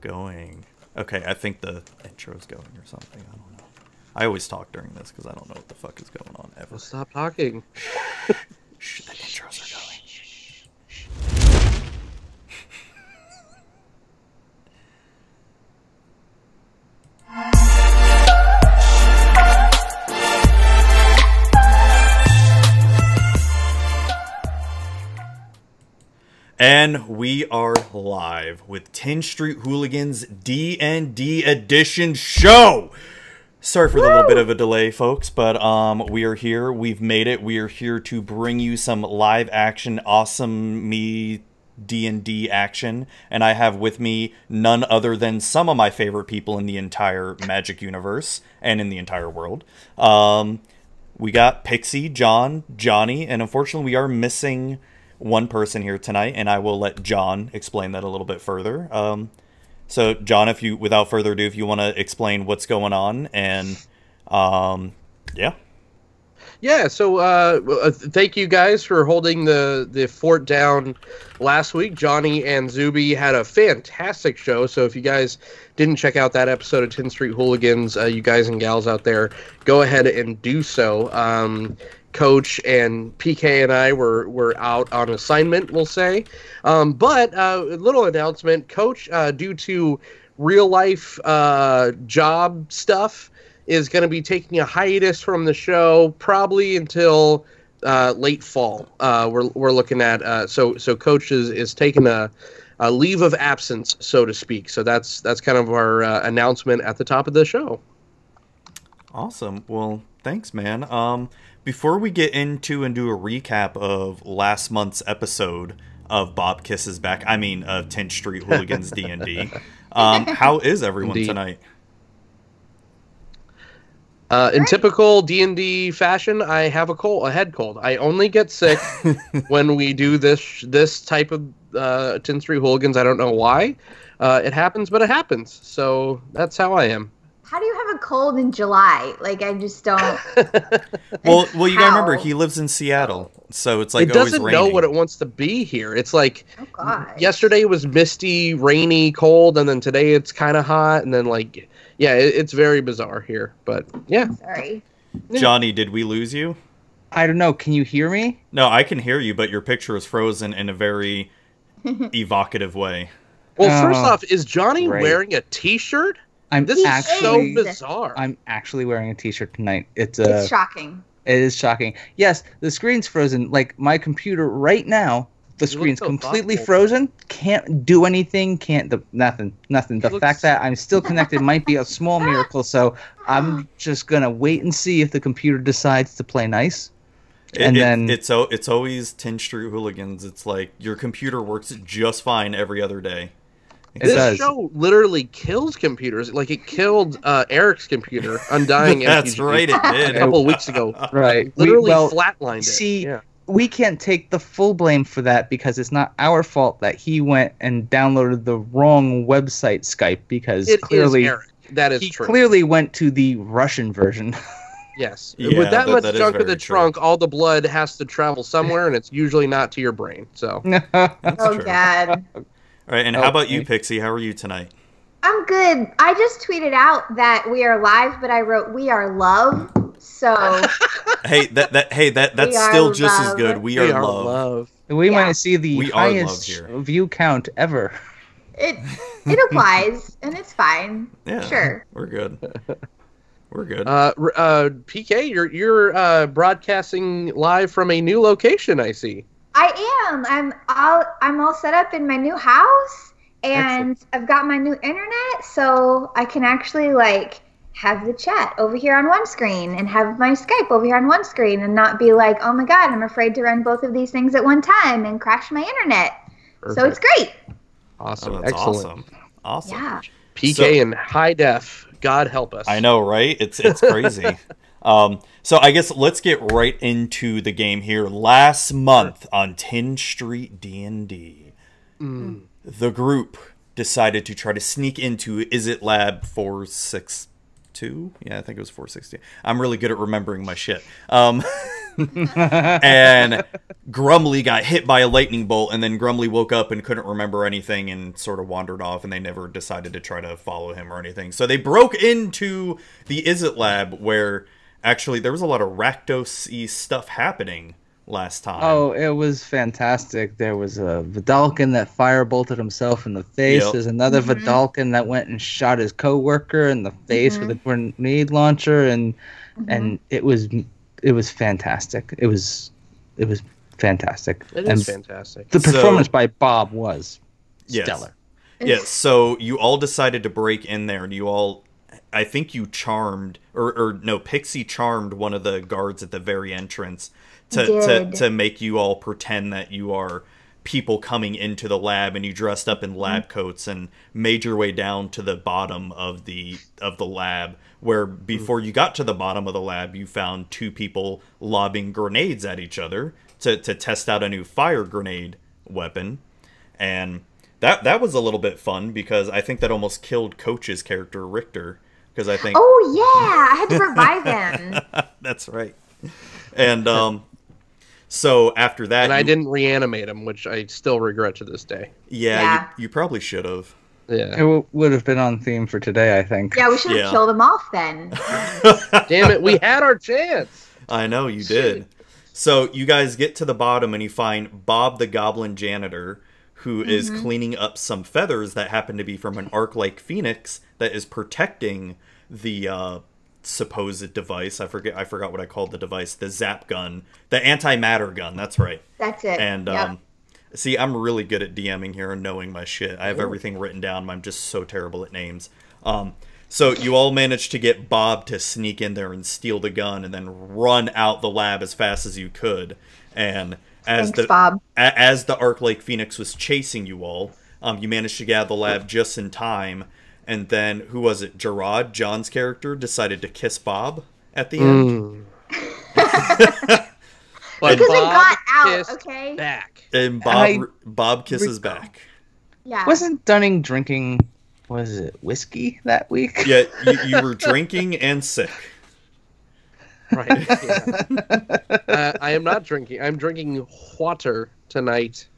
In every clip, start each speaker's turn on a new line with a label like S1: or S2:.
S1: going. Okay, I think the intro's going or something. I don't know. I always talk during this because I don't know what the fuck is going on ever.
S2: Well, stop talking.
S1: Shh, the intros are going. And we are live with 10 Street Hooligans D&D Edition show. Sorry for the little bit of a delay, folks, but um, we are here. We've made it. We are here to bring you some live action, awesome me D&D action. And I have with me none other than some of my favorite people in the entire Magic universe and in the entire world. Um, we got Pixie, John, Johnny, and unfortunately, we are missing one person here tonight, and I will let John explain that a little bit further. Um, so, John, if you, without further ado, if you want to explain what's going on, and um, yeah,
S2: Yeah, so uh, well, uh, thank you guys for holding the, the fort down last week. Johnny and Zuby had a fantastic show. So if you guys didn't check out that episode of 10th Street Hooligans, uh, you guys and gals out there, go ahead and do so. Um, Coach and PK and I were, were out on assignment, we'll say. Um, but uh, a little announcement Coach, uh, due to real life uh, job stuff, is going to be taking a hiatus from the show probably until uh, late fall. Uh, we're we're looking at uh, so so coach is, is taking a, a leave of absence, so to speak. So that's that's kind of our uh, announcement at the top of the show.
S1: awesome. Well, thanks, man. Um, before we get into and do a recap of last month's episode of Bob Kisses Back, I mean, of 10th Street Hooligans D and D, um, how is everyone
S2: Indeed.
S1: tonight?
S2: Uh, in typical D and D fashion, I have a cold, a head cold. I only get sick when we do this this type of uh, tin three hooligans. I don't know why. Uh, it happens, but it happens. So that's how I am.
S3: How do you have a cold in July? Like I just don't. oh
S1: Well, well, you gotta remember
S3: How?
S1: he lives in Seattle, so it's like
S2: it
S1: always
S2: doesn't
S1: raining.
S2: know what it wants to be here. It's like
S3: Oh God.
S2: yesterday was misty, rainy, cold, and then today it's kind of hot, and then like yeah, it, it's very bizarre here. But yeah,
S3: Sorry.
S1: Johnny, did we lose you?
S4: I don't know. Can you hear me?
S1: No, I can hear you, but your picture is frozen in a very evocative way.
S2: well,
S4: Oh,
S2: first off, is Johnny
S4: great.
S2: wearing a T-shirt?
S4: I'm
S2: This
S4: actually
S2: is so bizarre.
S4: I'm actually wearing a t-shirt tonight. It's uh,
S3: It's shocking.
S4: it is shocking. Yes, the screen's frozen. Like my computer right now, the
S2: You look
S4: screen's
S2: so
S4: completely
S2: thoughtful.
S4: frozen. Can't do anything. Can't do nothing. Nothing. The
S2: You look
S4: fact
S2: s-
S4: that I'm still connected might be a small miracle. So I'm just gonna wait and see if the computer decides to play nice.
S1: It-
S4: And
S1: it-
S4: then-
S1: it's o- it's always 10th Street Hooligans. It's like your computer works just fine every other day.
S4: It
S2: this
S4: does.
S2: show literally kills computers. Like it killed uh, Eric's computer, Undying.
S1: That's
S2: MTG,
S1: right,
S2: A
S1: it did.
S2: couple weeks ago,
S4: Right.
S2: literally
S4: well,
S2: flatlined it.
S4: see-
S2: Yeah.
S4: we can't take the full blame for that because it's not our fault that he went and downloaded the wrong website Skype because
S2: It is
S4: clearly
S2: Eric. That is
S4: he
S2: true.
S4: clearly went to the Russian version.
S2: yes,
S1: Yeah,
S2: with that,
S1: that-
S2: much
S1: that is
S2: junk in
S1: very
S2: the
S1: true.
S2: trunk, all the blood has to travel somewhere, and it's usually not to your brain. So
S1: That's
S3: oh
S1: true.
S3: God.
S1: All right, and how about you,
S4: Okay.
S1: Pixie? How are you tonight?
S3: I'm good. I just tweeted out that we are live, but I wrote we are love. So
S1: Hey, that that hey that that's
S3: We are
S1: still just as
S3: love.
S1: good. We, are, love.
S4: we
S3: Yeah.
S4: might see the
S1: We are loved
S4: highest
S1: here.
S4: view count ever.
S3: it it applies and it's fine.
S1: Yeah,
S3: Sure.
S1: We're good. We're good.
S2: Uh, r- uh, PK, you're you're uh, broadcasting live from a new location. I see.
S3: I am. I'm all I'm all set up in my new house and I've got my new internet so I can actually like have the chat over here on one screen and have my Skype over here on one screen and not be like, "Oh my god, I'm afraid to run both of these things at one time and crash my internet." So it's great.
S2: awesome,
S1: oh, that's
S2: excellent.
S1: awesome. Awesome.
S3: Yeah.
S2: PK
S1: So-
S2: in high def. God help us.
S1: I know, right? It's it's crazy. um, so I guess let's get right into the game here. Last month on 10 Street D and D,
S2: Mm,
S1: the group decided to try to sneak into Is It Lab four six two? Yeah, I think it was four sixty. I'm really good at remembering my shit. Um, and Grumley got hit by a lightning bolt, and then Grumley woke up and couldn't remember anything and sort of wandered off, and they never decided to try to follow him or anything. So they broke into the Izzet lab where actually there was a lot of Rakdos stuff happening last time.
S4: Oh, it was fantastic. There was a Vidalkin that firebolted himself in the face.
S1: Yep.
S4: There's another
S2: Mm-hmm.
S4: Vidalkin that went and shot his coworker in the face with a
S2: Mm-hmm.
S4: grenade launcher, and
S3: Mm-hmm.
S4: and it was it was fantastic. It was it was fantastic.
S2: It
S4: and
S2: is fantastic.
S4: the
S1: So-
S4: performance by Bob was
S1: Yes.
S4: stellar.
S1: Yes, so you all decided to break in there, and you all, I think you charmed, or, or no, Pixie charmed one of the guards at the very entrance to, to,
S3: Did.
S1: to make you all pretend that you are people coming into the lab, and you dressed up in lab coats and made your way down to the bottom of the of the lab. Where before you got to the bottom of the lab, you found two people lobbing grenades at each other to, to test out a new fire grenade weapon and that that was a little bit fun because I think that almost killed Coach's character Richter because I think
S3: Oh yeah, I had to revive him.
S1: that's right. And um, so after that,
S2: And I
S1: you-
S2: didn't reanimate him, which I still regret to this day.
S1: Yeah,
S3: Yeah.
S1: You, you probably should have.
S4: It
S2: Yeah.
S4: w- would have been on theme for today, I think.
S3: Yeah, we should have
S1: Yeah.
S3: killed him off then.
S2: Oh, Damn it, we had our chance.
S1: I know you did. So you guys get to the bottom and you find Bob the Goblin janitor who is cleaning up some feathers that happen to be from an arc like phoenix that is protecting the uh, supposed device. I forget I forgot what I called the device, the zap gun, the antimatter gun. That's right.
S3: That's it.
S1: And
S3: Yep.
S1: um see, I'm really good at DMing here and knowing my shit. I have everything written down. I'm just so terrible at names. Um so you all managed to get Bob to sneak in there and steal the gun and then run out the lab as fast as you could. And as
S3: Thanks,
S1: the
S3: Bob.
S1: a- as the Arc Lake Phoenix was chasing you all, um, you managed to get out of the lab just in time. And then who was it? Gerard, John's character, decided to kiss Bob at the
S2: Mm.
S1: end.
S2: But
S3: because it
S2: Bob
S3: got out.
S2: kissed
S3: Okay.
S2: Back.
S1: And Bob
S4: I-
S1: Bob kisses
S4: Recall.
S1: back.
S3: Yeah.
S4: Wasn't Dunning drinking? Was it whiskey that week?
S1: Yeah, you, you were drinking and sick.
S2: Right. yeah. uh, I am not drinking. I'm drinking water tonight.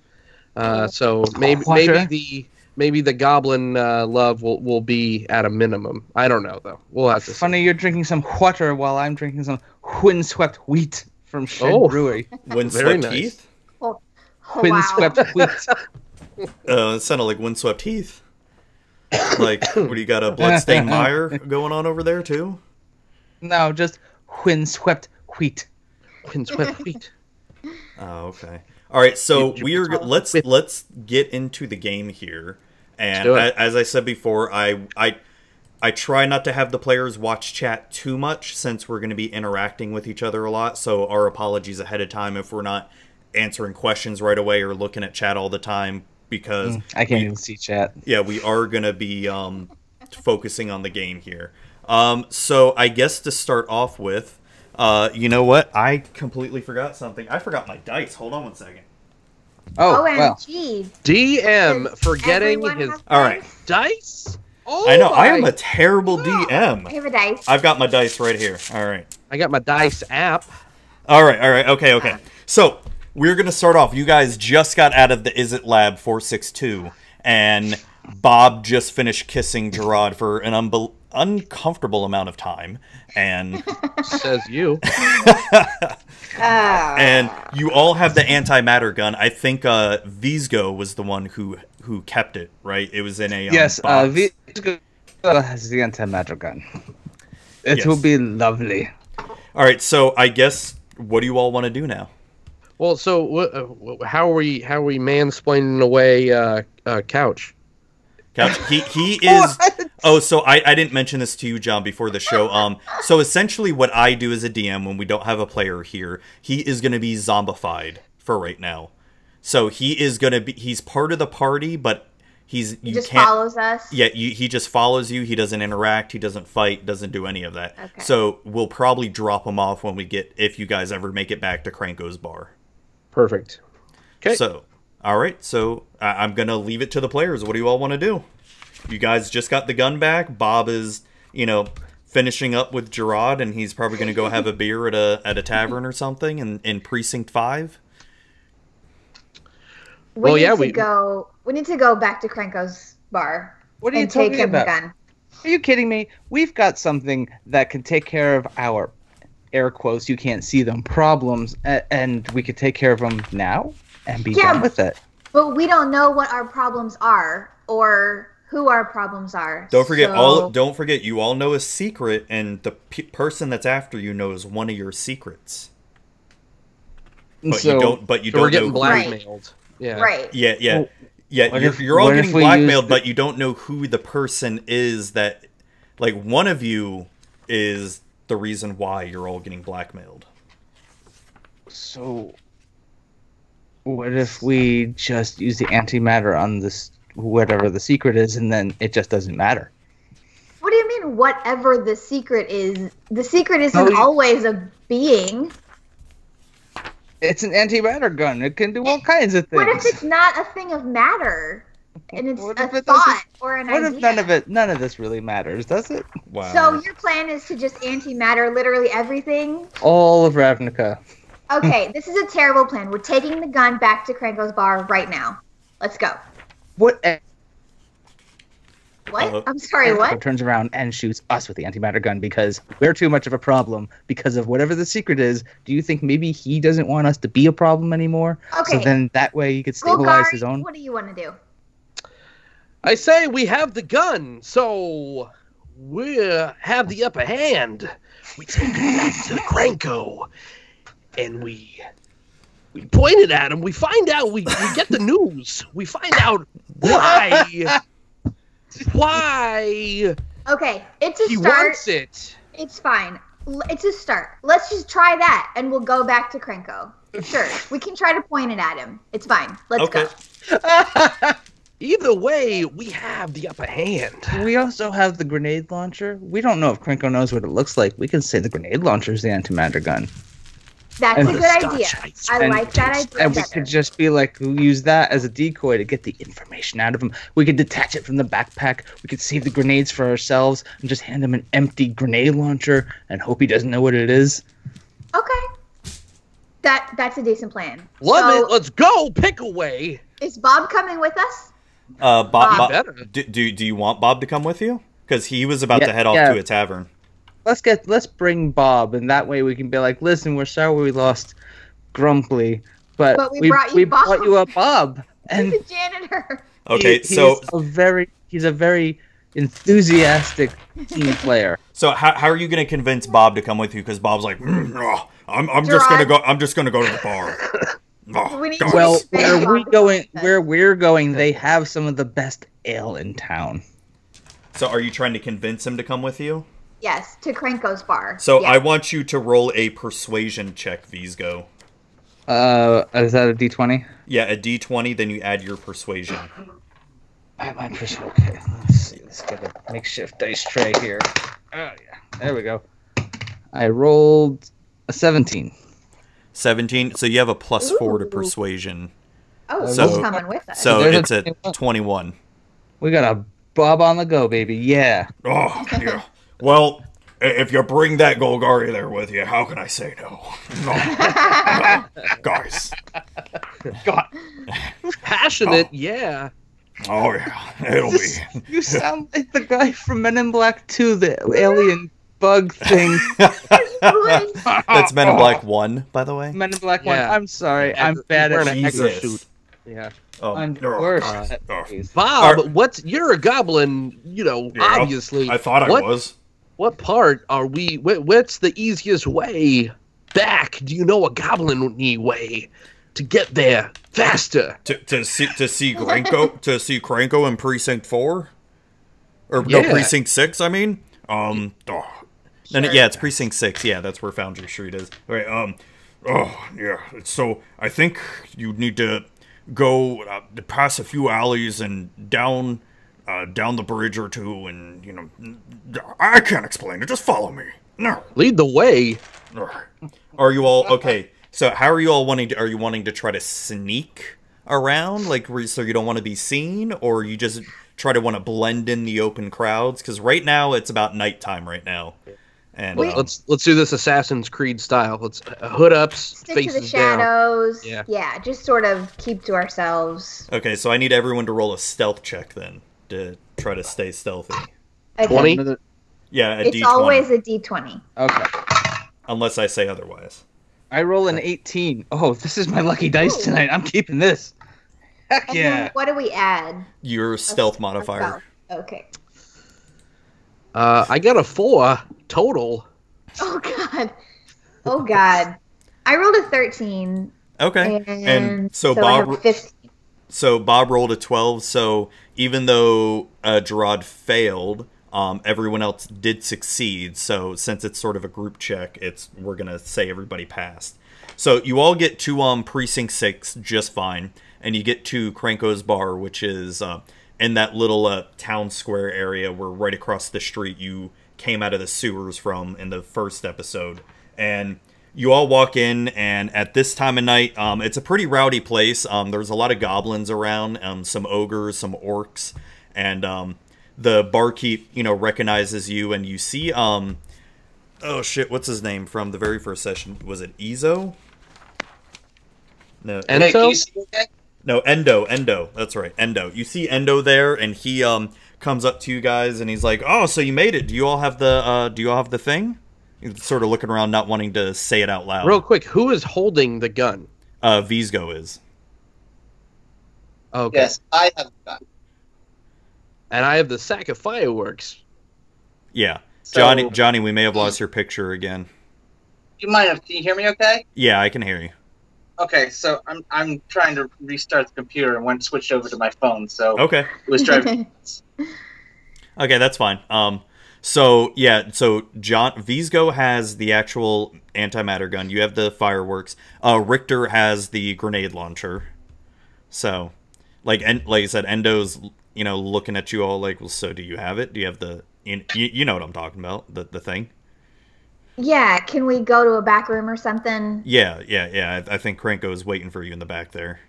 S2: Uh, so maybe
S4: Water?
S2: maybe the maybe the goblin uh, love will, will be at a minimum. I don't know though. We'll have to. see.
S4: Funny, you're drinking some water while I'm drinking some windswept wheat from Shed
S2: Oh.
S4: Brewery.
S1: Windswept
S2: nice.
S1: teeth.
S3: Oh, oh, wow.
S4: Windswept wheat.
S1: Uh, it sounded like windswept teeth. Like, what do you got a bloodstained mire going on over there too?
S4: No, just windswept wheat.
S2: Windswept wheat.
S1: Oh, okay. All right, so
S2: You- you-
S1: we are let's
S2: with-
S1: let's get into the game here. And
S2: do
S1: a,
S2: it.
S1: as I said before, I I I try not to have the players watch chat too much since we're going to be interacting with each other a lot. So our apologies ahead of time if we're not answering questions right away or looking at chat all the time because
S4: Mm, I can't even see chat.
S1: yeah, we are gonna be um, focusing on the game here. Um, so I guess to start off with, uh, you know what? I completely forgot something. I forgot my dice. Hold on one second.
S4: Oh, well.
S3: OMG.
S2: DM forgetting
S3: Everyone
S2: his
S3: has
S1: All right.
S3: dice?
S2: dice. Oh,
S1: I know I am
S2: my-
S1: a terrible
S3: I
S1: DM.
S3: have a dice.
S1: I've got my dice right here. All right.
S2: I got my dice app.
S1: All right, all right, okay, okay. So we're gonna start off. You guys just got out of the Is It Lab four six two, and Bob just finished kissing Gerard for an unbel uncomfortable amount of time, and
S2: Says you.
S3: Uh,
S1: and you all have the antimatter gun. I think uh, Visgo was the one who who kept it, right? It was in a um,
S4: Yes, uh,
S1: box.
S4: Visgo has the antimatter gun. It
S1: Yes.
S4: will be lovely.
S1: all right, so I guess what do you all want to do now?
S2: Well, so what, uh, wh- how are we how are we mansplaining away uh, uh, couch?
S1: Couch. He he is. Oh, so I, I didn't mention this to you, John, before the show. Um, so essentially, what I do as a DM when we don't have a player here, he is going to be zombified for right now. So he is going to be. He's part of the party, but he's you
S3: he just
S1: can't.
S3: follows us.
S1: Yeah, you, he just follows you. He doesn't interact. He doesn't fight. Doesn't do any of that.
S3: Okay.
S1: So we'll probably drop him off when we get if you guys ever make it back to Cranko's bar.
S2: Perfect. Okay.
S1: So, all right. So I- I'm gonna leave it to the players. What do you all want to do? You guys just got the gun back. Bob is, you know, finishing up with Gerard, and he's probably going to go have a beer at a at a tavern or something in, in Precinct Five.
S3: We
S2: Well,
S3: need
S2: yeah,
S3: to
S2: we-
S3: go. We need to go back to Krenko's bar
S4: What are you
S3: and take
S4: talking
S3: him
S4: about?
S3: the gun.
S4: Are you kidding me? We've got something that can take care of our air quotes, you can't see them, problems, a- and we could take care of them now and be
S3: Yeah.
S4: done with it.
S3: But we don't know what our problems are or who our problems are.
S1: Don't forget
S3: so-
S1: all. Don't forget you all know a secret, and the p- person that's after you knows one of your secrets.
S4: And
S1: But you don't. But you
S2: So
S1: don't
S2: we're getting
S1: know.
S3: black-
S2: blackmailed. Yeah.
S3: Right.
S1: Yeah, yeah,
S4: Well,
S1: yeah.
S4: what
S1: You're,
S4: if-
S1: you're all
S4: what if
S1: getting
S4: we use
S1: blackmailed,
S4: the-
S1: but you don't know who the person is that, like, one of you is the reason why you're all getting blackmailed.
S4: So, what if we just use the antimatter on this, whatever the secret is, and then it just doesn't matter?
S3: What do you mean? Whatever the secret is, the secret isn't
S4: Oh, you-
S3: always a being.
S4: It's an antimatter gun. It can do all kinds of things.
S3: What if it's not a thing of matter, and it's
S4: What
S3: a
S4: if it doesn't-
S3: thought or an
S4: What
S3: idea?
S4: if none of it, none of this really matters, does it?
S1: Wow.
S3: So your plan is to just antimatter literally everything.
S4: All of Ravnica.
S3: Okay, this is a terrible plan. We're taking the gun back to Kranko's bar right now. Let's go.
S4: What?
S3: What?
S4: Uh-huh.
S1: Uh-oh.
S3: I'm sorry. What?
S4: turns around and shoots us with the antimatter gun because we're too much of a problem because of whatever the secret is. Do you think maybe he doesn't want us to be a problem anymore?
S3: Okay.
S4: So then that way he could stabilize
S3: Golgari,
S4: his own.
S3: what do you want to do?
S2: I say we have the gun, so we uh, have the upper hand. We take it back to Cranko, and we we point it at him. We find out. We, we get the news. We find out why why
S3: Okay, it's a
S2: he
S3: start.
S2: wants it.
S3: It's fine. L- It's a start. Let's just try that, and we'll go back to Krenko. Sure, we can try to point it at him. It's fine. Let's
S1: Okay.
S3: go.
S2: Either way, we have the upper hand.
S4: We also have the grenade launcher. We don't know if Krenko knows what it looks like. We can say the grenade launcher is the antimatter gun.
S3: That's
S4: And-
S3: a good
S2: Stop,
S3: idea.
S2: Jace.
S3: I
S4: And-
S3: like that idea.
S4: And we
S3: better.
S4: could just be like, we use that as a decoy to get the information out of him. We could detach it from the backpack. We could save the grenades for ourselves and just hand him an empty grenade launcher and hope he doesn't know what it is.
S3: Okay. That that's a decent plan.
S2: Love
S3: so
S2: it. Let's go. Pick away.
S3: Is Bob coming with us?
S1: Uh, Bob,
S3: Bob.
S1: Bob
S2: Better.
S1: do, do do you want Bob to come with you? Because he was about to
S4: Yeah,
S1: head off
S4: yeah.
S1: to a tavern.
S4: Let's get let's bring Bob, and that way we can be like, listen, we're sorry we lost Grumply, but,
S3: But we brought you Bob."
S4: brought you a Bob, and
S3: He's a janitor.
S1: Okay,
S4: he-
S1: so
S4: he's a very he's a very enthusiastic team player.
S1: so how, how are you going to convince Bob to come with you? Because Bob's like, "Mm, ah, I'm I'm just gonna
S3: Gerard.
S1: go. I'm just gonna go to the bar. Oh,
S3: We need
S1: God.
S3: to-
S4: Well,
S3: Thanks,
S4: where
S3: Bob.
S4: we going, where we're going, they have some of the best ale in town.
S1: so are you trying to convince him to come with you?
S3: Yes, to Krenko's bar.
S1: So
S3: Yeah.
S1: I want you to roll a persuasion check, Visgo.
S4: Uh, is that a D twenty?
S1: Yeah, a d20, then you add your persuasion.
S4: I my persuasion. Okay, let's see. Let's get a makeshift dice tray here. Oh yeah, there we go. I rolled a seventeen.
S1: 17. So you have a plus 4 to persuasion.
S3: oh,
S1: so-
S3: he's coming with us.
S1: So
S4: There's a
S1: it's a
S4: 21.
S1: 21.
S4: We got a Bob on the go, baby. Yeah.
S1: Oh, yeah. Well, i- if you bring that Golgari there with you, how can I say no? No. Guys.
S2: Passionate. Yeah.
S1: Oh, yeah. It'll
S4: This- you sound like the guy from Men in Black 2, the alien bug thing.
S3: Boys,
S1: That's Men in Black 1, by the way.
S4: Men in Black
S2: Yeah.
S4: 1. I'm sorry.
S2: Yeah,
S4: I'm bad
S2: we're
S4: at
S2: an
S4: it.
S2: Jesus.
S4: Yeah.
S1: Oh,
S4: I'm
S1: oh,
S4: worse
S1: oh,
S4: at
S1: oh.
S4: these.
S2: Bob,
S1: Are-
S2: what's you're a goblin, you know,
S1: Yeah,
S2: obviously.
S1: I thought I
S2: Uh, what,
S1: was.
S2: What part are we what, what's the easiest way back? Do you know a goblin way to get there faster?
S1: To, to see to see Granko to see Cranko in precinct four, or no
S2: Yeah.
S1: precinct six. I mean, um, oh. no, no,
S3: Sure.
S1: yeah, it's precinct six. Yeah, that's where Foundry Street is. All right, um, oh yeah. it's- So I think you need to go uh, to pass a few alleys and down, uh, down the bridge or two, and you know, I can't explain it. Just follow me. No.
S2: Lead the way.
S1: Are you all okay? So how are you all wanting to? Are you wanting to try to sneak around, like re- so you don't want to be seen, or you just try to want to blend in the open crowds? Because right now it's about nighttime right now, and
S3: Wait.
S1: um,
S2: Let's let's do this Assassin's Creed style. Let's uh, hood ups,
S3: Stick to the
S2: faces down.
S3: shadows.
S2: Yeah.
S3: just sort of keep to ourselves.
S1: okay, so I need everyone to roll a stealth check then to try to stay stealthy.
S3: I think
S2: 20?
S4: Another-
S1: Yeah, a
S3: It's
S1: D20,
S3: always a D twenty.
S4: Okay.
S1: unless I say otherwise.
S4: I roll an 18. Oh, this is my lucky dice tonight. I'm keeping this. Heck
S3: And
S4: yeah.
S3: then what do we add?
S1: Your stealth modifier.
S3: Ourselves. Okay.
S2: Uh, I got a four total.
S3: Oh god. Oh god. I rolled a thirteen.
S1: Okay,
S3: And,
S1: and so
S3: I have
S1: Bob.
S3: a 15.
S1: So Bob rolled a 12. So even though uh, Gerard failed, um, everyone else did succeed. So since it's sort of a group check, it's we're gonna say everybody passed. So you all get to um, precinct six just fine, and you get to Cranko's bar, which is uh, in that little uh, town square area where right across the street you came out of the sewers from in the first episode, and you all walk in and at this time of night um, it's a pretty rowdy place um, there's a lot of goblins around um, some ogres some orcs and um, the barkeep you know recognizes you and you see um, oh shit what's his name from the very first session was it Ezo? no
S2: And so,
S1: no, Endo, Endo. That's right, Endo. You see Endo there, and he um comes up to you guys, and he's like, "Oh, so you made it? Do you all have the uh, Do you all have the thing?" He's sort of looking around, not wanting to say it out loud.
S2: real quick, who is holding the gun?
S1: Uh, Visgo is.
S2: Okay.
S5: Yes, I have that.
S2: And I have the sack of fireworks.
S1: Yeah,
S5: So-
S1: Johnny. Johnny, we may have lost your picture again.
S5: You might have. Can you hear me? Okay.
S1: Yeah, I can hear you.
S5: Okay. So I'm I'm trying to restart the computer and went switched over to my phone. So
S1: Okay,
S5: it was driving.
S1: okay, that's fine. Um, so yeah, so John Visgo has the actual antimatter gun. You have the fireworks. Uh, Richter has the grenade launcher. So, like, and like I said, Endo's you know looking at you all like, well, so do you have it? Do you have the you, you you know what I'm talking about the the thing?
S3: Yeah, can we go to a back room or something?
S1: Yeah, yeah, yeah. I, I think Krenko is waiting for you in the back there.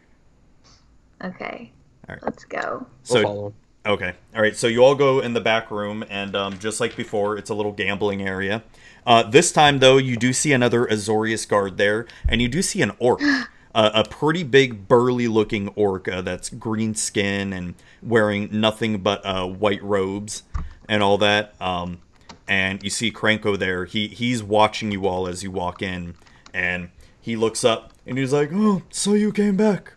S3: Okay.
S1: All right.
S3: Let's go.
S2: We'll
S1: So
S2: follow him.
S1: Okay. All right. So you all go in the back room, and um, just like before, it's a little gambling area. Uh, this time, though, you do see another Azorius guard there, and you do see an orc, uh, a pretty big, burly-looking orc uh, that's green skin and wearing nothing but uh, white robes and all that. Um, and you see Kranko there. He he's watching you all as you walk in, and he looks up and he's like, "Oh, so you came back."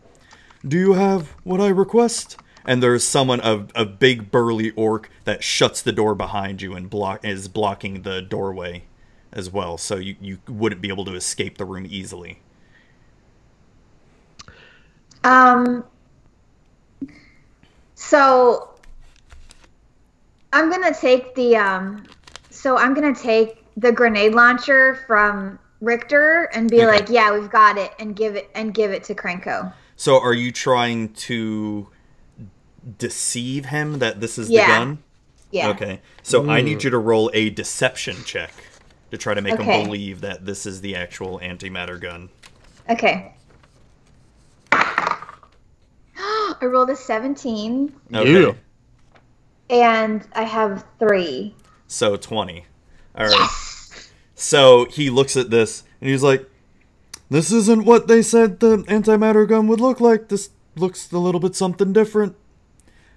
S1: Do you have what I request? And there's someone, a, a big burly orc, that shuts the door behind you and block is blocking the doorway as well, so you, you wouldn't be able to escape the room easily.
S3: Um so I'm gonna take the um so I'm gonna take the grenade launcher from Richter and be
S1: Okay.
S3: like, Yeah, we've got it and give it and give it to Krenko.
S1: So are you trying to deceive him that this is
S3: Yeah.
S1: the gun?
S3: Yeah.
S1: Okay. So I need
S2: Mm.
S1: you to roll a deception check to try to make
S3: Okay.
S1: him believe that this is the actual antimatter gun.
S3: Okay. I rolled a 17
S1: Okay.
S2: Yeah.
S3: and I have three.
S1: So 20. All right. So he looks at this and he's like, This isn't what they said the antimatter gun would look like. This looks a little bit something different.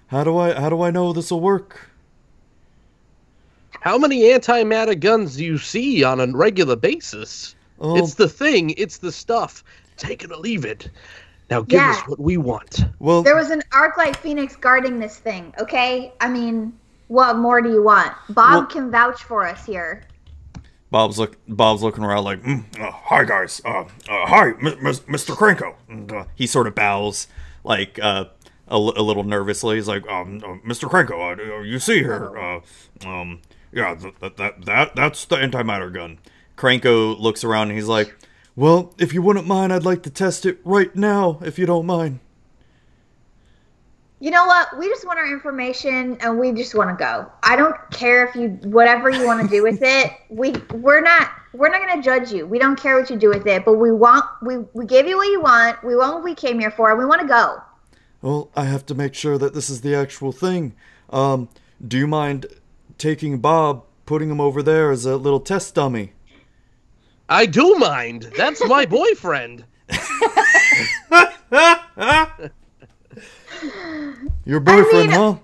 S1: How do I how do I know this will work?
S2: How many anti-matter guns do you see on a regular basis?
S1: Oh,
S2: It's the thing. It's the stuff. Take it or leave it. Now give
S3: Yeah.
S2: us what we want.
S1: well,
S3: There was an arc light phoenix guarding this thing, okay? I mean, what more do you want? Bob
S1: Well-
S3: can vouch for us here.
S1: Bob's look Bob's looking around like, mm, uh, "Hi guys, uh, uh, hi, M- M- Mr. Krenko." And, uh, he sort of bows, like uh, a, l- a little nervously. He's like, um, uh, "Mr. Krenko, uh, uh, you see here, uh, um, yeah, th- th- that that that's the antimatter gun." Krenko looks around and he's like, "Well, if you wouldn't mind, I'd like to test it right now, if you don't mind."
S3: You know what? We just want our information and we just want to go. I don't care if you whatever you want to do with it. We we're not we're not going to judge you. We don't care what you do with it, but we want we we give you what you want. We want what we came here for. and We want to go.
S1: Well, I have to make sure that this is the actual thing. Um, do you mind taking Bob, putting him over there as a little test dummy?
S2: I do mind. That's my boyfriend.
S1: Your boyfriend,
S3: mean-
S1: huh?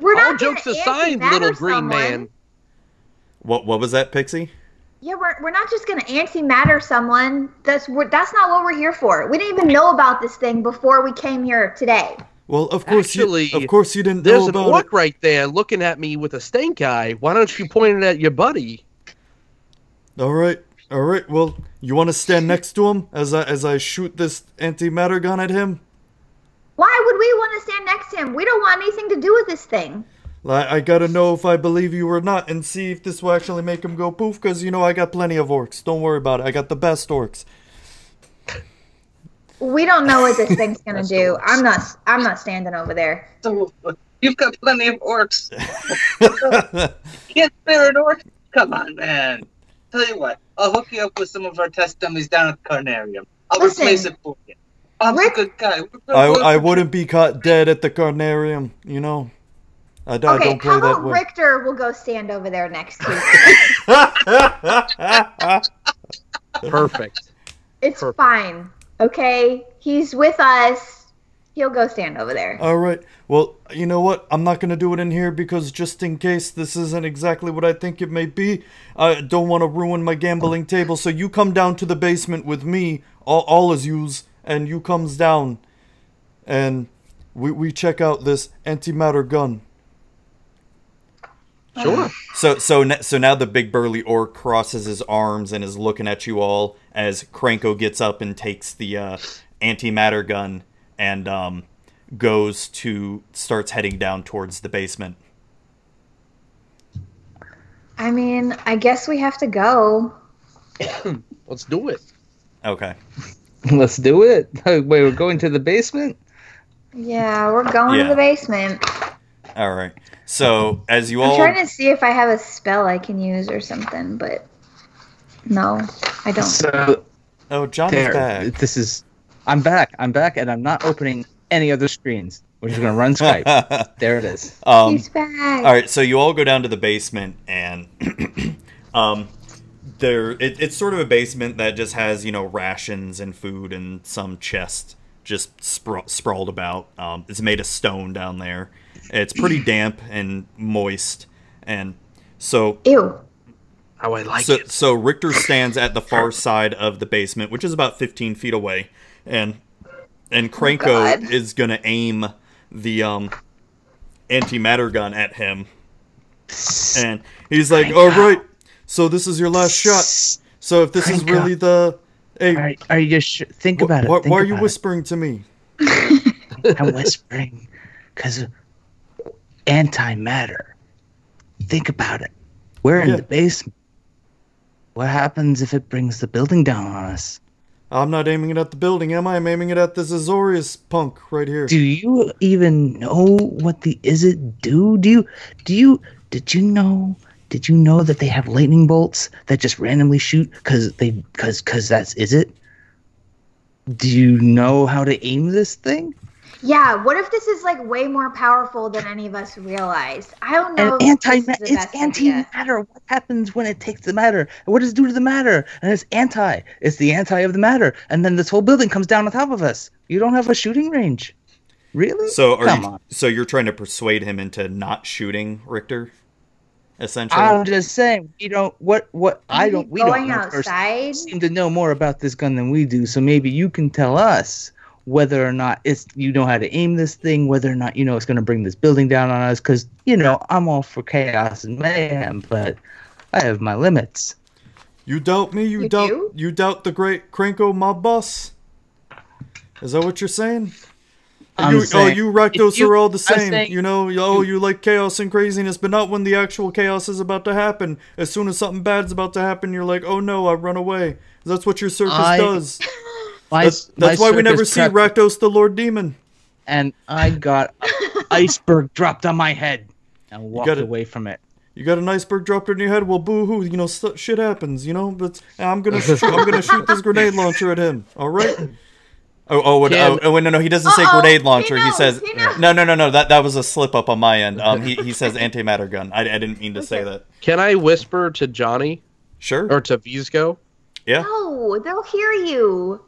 S3: We're not
S2: All jokes
S3: gonna
S2: aside,
S3: anti-that
S2: little
S3: or
S2: green man.
S3: someone.
S1: What what was that, Pixie?
S3: Yeah, we're, we're not just gonna anti-matter someone. That's we're, that's not what we're here for. We didn't even know about this thing before we came here today.
S1: Well, of course you
S2: Actually,
S1: of course you didn't know
S2: There's an
S1: about
S2: orc
S1: it.
S2: right there looking at me with a stink eye. Why don't you point it at your buddy?
S1: All right. All right. Well, you want to stand next to him as I as I shoot this antimatter gun at him?
S3: Why would we want to stand next to him? We don't want anything to do with this thing.
S1: Like, I gotta know if I believe you or not and see if this will actually make him go poof, because you know I got plenty of orcs. Don't worry about it. I got the best orcs.
S3: We don't know what this thing's gonna do. I'm not I'm not standing over there.
S4: So you've got plenty of orcs. Can't spare an orc? Come on, man. Tell you what, I'll hook you up with some of our test dummies down at the carnarium. I'll
S3: Listen.
S4: replace it for you. I'm a
S3: Rick-
S4: good guy. We're good
S1: I,
S4: boys.
S1: I wouldn't be caught dead at the carnarium, you know. I, d- I
S3: okay,
S1: don't
S3: how
S1: play
S3: about
S1: that way.
S3: Richter will go stand over there next to you?
S2: Perfect.
S3: It's
S2: Perfect.
S3: fine. Okay? He's with us. He'll go stand over there.
S1: All right. Well, you know what? I'm not going to do it in here because just in case this isn't exactly what I think it may be, I don't want to ruin my gambling table. So you come down to the basement with me, all, all is yous, and you comes down, and we we check out this antimatter gun.
S2: Sure.
S1: So so n- so now the big burly orc crosses his arms and is looking at you all as Cranko gets up and takes the uh, antimatter gun and um, goes to starts heading down towards the basement.
S3: I mean, I guess we have to go.
S2: Let's do it.
S1: Okay.
S6: Let's do it. Wait, we're going to the basement.
S3: Yeah, we're going
S1: Yeah.
S3: to the basement.
S1: All right. So as you
S3: I'm
S1: all
S3: trying to see if I have a spell I can use or something, but no, I don't.
S6: So
S1: oh John's
S6: there.
S1: back.
S6: This is. I'm back. I'm back, and I'm not opening any other screens. We're just gonna run Skype. there it is.
S1: um,
S3: He's back.
S1: All right, so you all go down to the basement, and um, there it, it's sort of a basement that just has you know rations and food and some chest just spra- sprawled about. Um, it's made of stone down there. It's pretty damp and moist, and so
S3: Ew.
S2: How I like
S1: so,
S2: it.
S1: so Richter stands at the far side of the basement, which is about 15 feet away, and and
S2: Oh
S1: Cranko
S3: God.
S1: is gonna aim the um antimatter gun at him, and he's like, "All right, so this is your last shot. So if this is
S6: Cranko.
S1: really the hey,
S6: Are, are you sure? Think
S1: wh-
S6: about it.
S1: why,
S6: think
S1: why are you
S6: about it.
S1: whispering to me?
S6: I'm whispering because antimatter. Think about it. We're in
S1: Yeah.
S6: the basement. What happens if it brings the building down on us?
S1: I'm not aiming it at the building, am I? I'm aiming it at this Azorius punk right here.
S6: Do you even know what the is it do? Do you do you did you know did you know that they have lightning bolts that just randomly shoot because they because because that's is it? Do you know how to aim this thing?
S3: Yeah, what if this is like way more powerful than any of us realized? I don't know.
S6: and
S3: if
S6: anti
S3: Oh, this is the
S6: it's
S3: best
S6: anti
S3: idea.
S6: matter. What happens when it takes the matter? And what does it do to the matter? And it's anti. It's the anti of the matter. And then this whole building comes down on top of us. You don't have a shooting range. Really?
S1: So are
S6: Come
S1: you,
S6: on.
S1: so you're trying to persuade him into not shooting Richter, essentially?
S6: I'm just saying, you don't what what I
S3: Maybe
S6: don't we
S3: going
S6: don't know first-
S3: outside.
S6: seem to know more about this gun than we do, so maybe you can tell us whether or not it's you know how to aim this thing, whether or not you know it's going to bring this building down on us. Because you know I'm all for chaos and mayhem, but I have my limits.
S1: You doubt me? You,
S3: You
S1: doubt
S3: do?
S1: you doubt the great Cranko, my boss? Is that what you're saying?
S6: I'm
S1: you,
S6: saying-
S1: oh, you rectos
S6: if you-
S1: are all the
S6: I'm
S1: same.
S6: saying-
S1: you know, you- oh, you like chaos and craziness, but not when the actual chaos is about to happen. As soon as something bad's about to happen, you're like, oh no, I run away. That's what your circus
S6: I-
S1: does.
S6: My-
S1: That's,
S6: my
S1: that's why we
S6: circus
S1: never see
S6: prep-
S1: Rakdos the Lord Demon.
S6: and I got a iceberg dropped on my head and walked
S1: gotta-
S6: away from it.
S1: You got an iceberg dropped on your head. Well, boo hoo. You know, st- shit happens. You know, but I'm gonna sh- I'm gonna shoot this grenade launcher at him. All right. Oh, oh, what-
S2: Can-
S1: oh, oh, no, no, he doesn't say
S3: Uh-oh,
S1: grenade
S3: he
S1: launcher. He,
S3: knows,
S1: says,
S3: he knows.
S1: no, no, no, no. That that was a slip up on my end. Um, he, he says antimatter gun. I, I didn't mean to say that.
S2: Can I whisper to Johnny
S1: Sure.
S2: or to Vizco?
S1: Yeah.
S3: No, they'll hear you.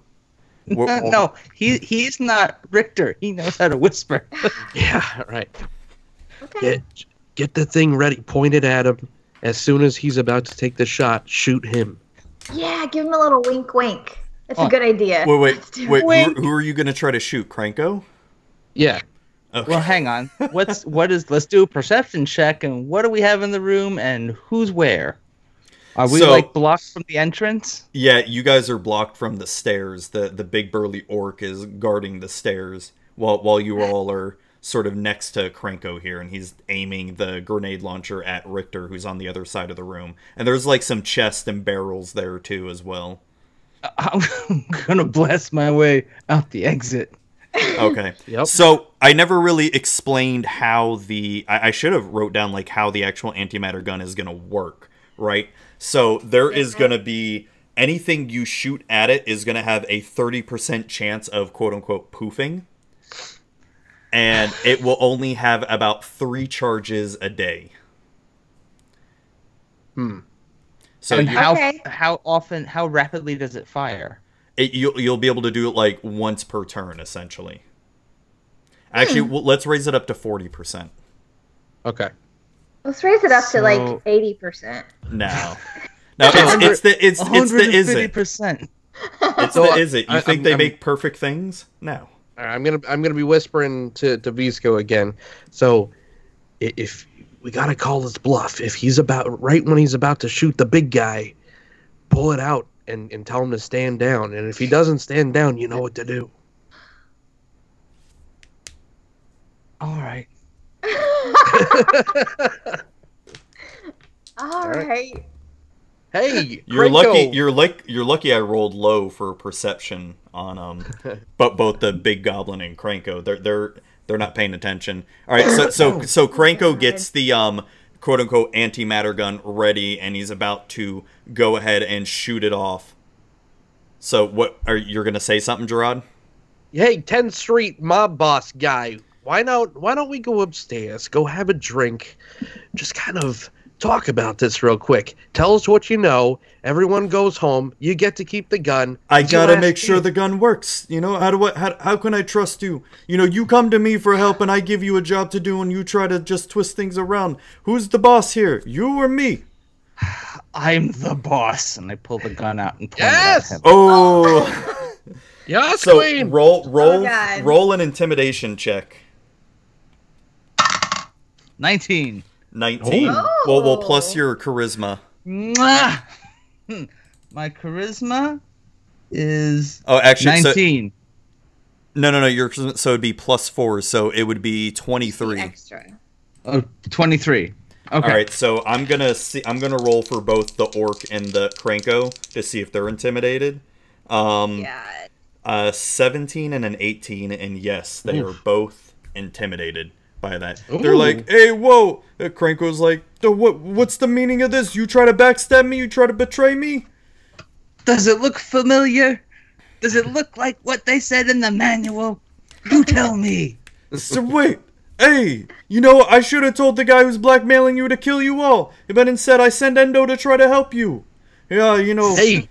S1: We're-
S6: no, Uh, no, he he's not Richter. He knows how to whisper.
S2: Yeah, right.
S3: Okay.
S2: Get get the thing ready. Point it at him. As soon as he's about to take the shot, shoot him.
S3: Yeah, give him a little wink, wink. That's
S6: Oh.
S3: a good idea.
S1: Wait, wait,
S3: Let's do
S1: wait.
S3: it.
S1: Who, who are you gonna try to shoot, Cranko?
S2: Yeah.
S1: Okay.
S6: Well, hang on. What's what is? Let's do a perception check and what do we have in the room and who's where? Are we
S1: So-
S6: like blocked from the entrance?
S1: yeah, you guys are blocked from the stairs. The the big burly orc is guarding the stairs while while you all are sort of next to Cranko here, and he's aiming the grenade launcher at Richter, who's on the other side of the room. And there's like some chests and barrels there too as well.
S6: I'm gonna blast my way out the exit.
S1: Okay.
S2: Yep.
S1: So I never really explained how the I, I should have wrote down like how the actual antimatter gun is gonna work, right? So there is gonna be anything you shoot at it is gonna have a thirty percent chance of quote unquote poofing. And it will only have about three charges a day.
S2: Hmm.
S1: So
S6: and
S1: you,
S6: how
S3: Okay.
S6: how often how rapidly does it fire?
S1: it, you'll, you'll be able to do it like once per turn, essentially. Actually, well, let's raise it up to forty percent.
S2: Okay.
S3: Let's raise it up to
S6: So-
S3: like eighty percent.
S1: No. No, it's, it's the it's it's the is it.
S6: percent.
S1: It's
S2: So
S1: the
S2: I-
S1: is it. You
S2: I-
S1: think
S2: I'm-
S1: they
S2: I'm-
S1: make perfect things? No.
S2: All right, I'm gonna I'm gonna be whispering to to Visco again. So, i- if we gotta call his bluff, if he's about right when he's about to shoot the big guy, pull it out and and tell him to stand down. And if he doesn't stand down, you know what to do.
S6: All right.
S3: All
S2: right.
S3: right.
S2: Hey,
S1: You're
S2: Krenko!
S1: lucky you're like you're lucky I rolled low for perception on um but both the big goblin and Cranko. They're they're they're not paying attention. Alright, so so so Cranko gets the um quote unquote antimatter gun ready and he's about to go ahead and shoot it off. So what are you're gonna say something, Gerard?
S2: hey, 10th Street mob boss guy. Why not? Why don't we go upstairs, go have a drink, just kind of talk about this real quick. Tell us what you know. Everyone goes home. You get to keep the gun.
S1: I
S2: It's your
S1: gotta
S2: last
S1: make sure
S2: chance.
S1: the gun works. You know how do I how, how can I trust you? You know you come to me for help and I give you a job to do and you try to just twist things around. Who's the boss here? You or me?
S6: I'm the boss, and I pull the gun out and point
S2: Yes!
S6: it at him.
S1: Oh,
S2: Yes,
S1: so
S2: queen.
S1: roll roll
S3: Oh, God.
S1: roll an intimidation check.
S6: Nineteen.
S1: Nineteen.
S3: Oh.
S1: Well, well, plus your charisma.
S6: Mwah! Hmm. My charisma is
S1: Oh, actually, so,
S6: nineteen.
S1: no, no, no. Your charisma- so it'd be plus four, so it would be twenty three.
S3: Extra.
S6: Oh, 23. Okay.
S1: All right, so I'm gonna see. I'm gonna roll for both the orc and the cranko to see if they're intimidated. Um,
S3: Yeah.
S1: a 17 Uh, and an 18 and yes they are both intimidated by that they're
S2: Ooh.
S1: like hey whoa Uh, cranko's like "The what what's the meaning of this you try to backstab me you try to betray me
S6: Does it look familiar? Does it look like what they said in the manual? You tell me.
S1: so wait hey you know i should have told the guy who's blackmailing you to kill you all but instead i send endo to try to help you yeah you know
S2: Hey,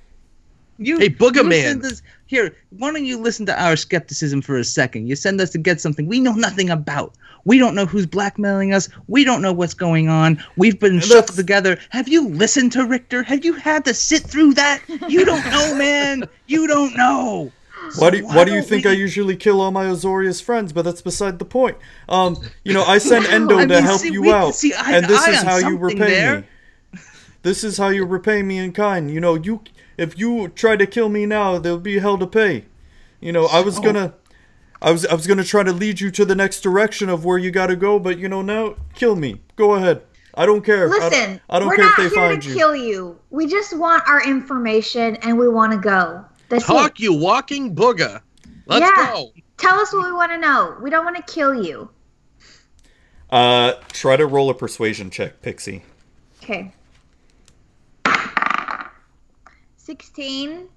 S6: You,
S2: Hey, Booger
S6: you
S2: Man.
S6: send us- here, why don't you listen to our skepticism for a second? You send us to get something we know nothing about. We don't know who's blackmailing us. We don't know what's going on. We've been shuffled
S1: that's-
S6: together. Have you listened to Richter? Have you had to sit through that? You don't know, man. You don't know.
S1: Why do you,
S6: why
S1: why do you
S6: don't
S1: think
S6: we-
S1: I usually kill all my Azorius friends? But that's beside the point. Um, you know, I send Endo
S6: I
S1: to
S6: mean,
S1: help
S6: see, we
S1: you
S6: can
S1: out,
S6: see eye
S1: and
S6: to
S1: this
S6: eye
S1: is
S6: on
S1: how you
S6: something
S1: repay
S6: there.
S1: me. This is how you repay me in kind. You know, you if you try to kill me now, there'll be hell to pay. You know, I
S6: Oh.
S1: was gonna, I was I was gonna try to lead you to the next direction of where you gotta go, but you know, now kill me. Go ahead. I don't care. I don't-
S3: Listen,
S1: I don't,
S3: we're
S1: care
S3: not
S1: if they
S3: here
S1: find
S3: to
S1: you.
S3: kill you. We just want our information and we want to go. That's
S2: talk
S3: it.
S2: you walking booger. Let's
S3: Yeah.
S2: go.
S3: Tell us what we want to know. We don't want to kill you.
S1: Uh, try to roll a persuasion check, Pixie.
S3: Okay. Sixteen.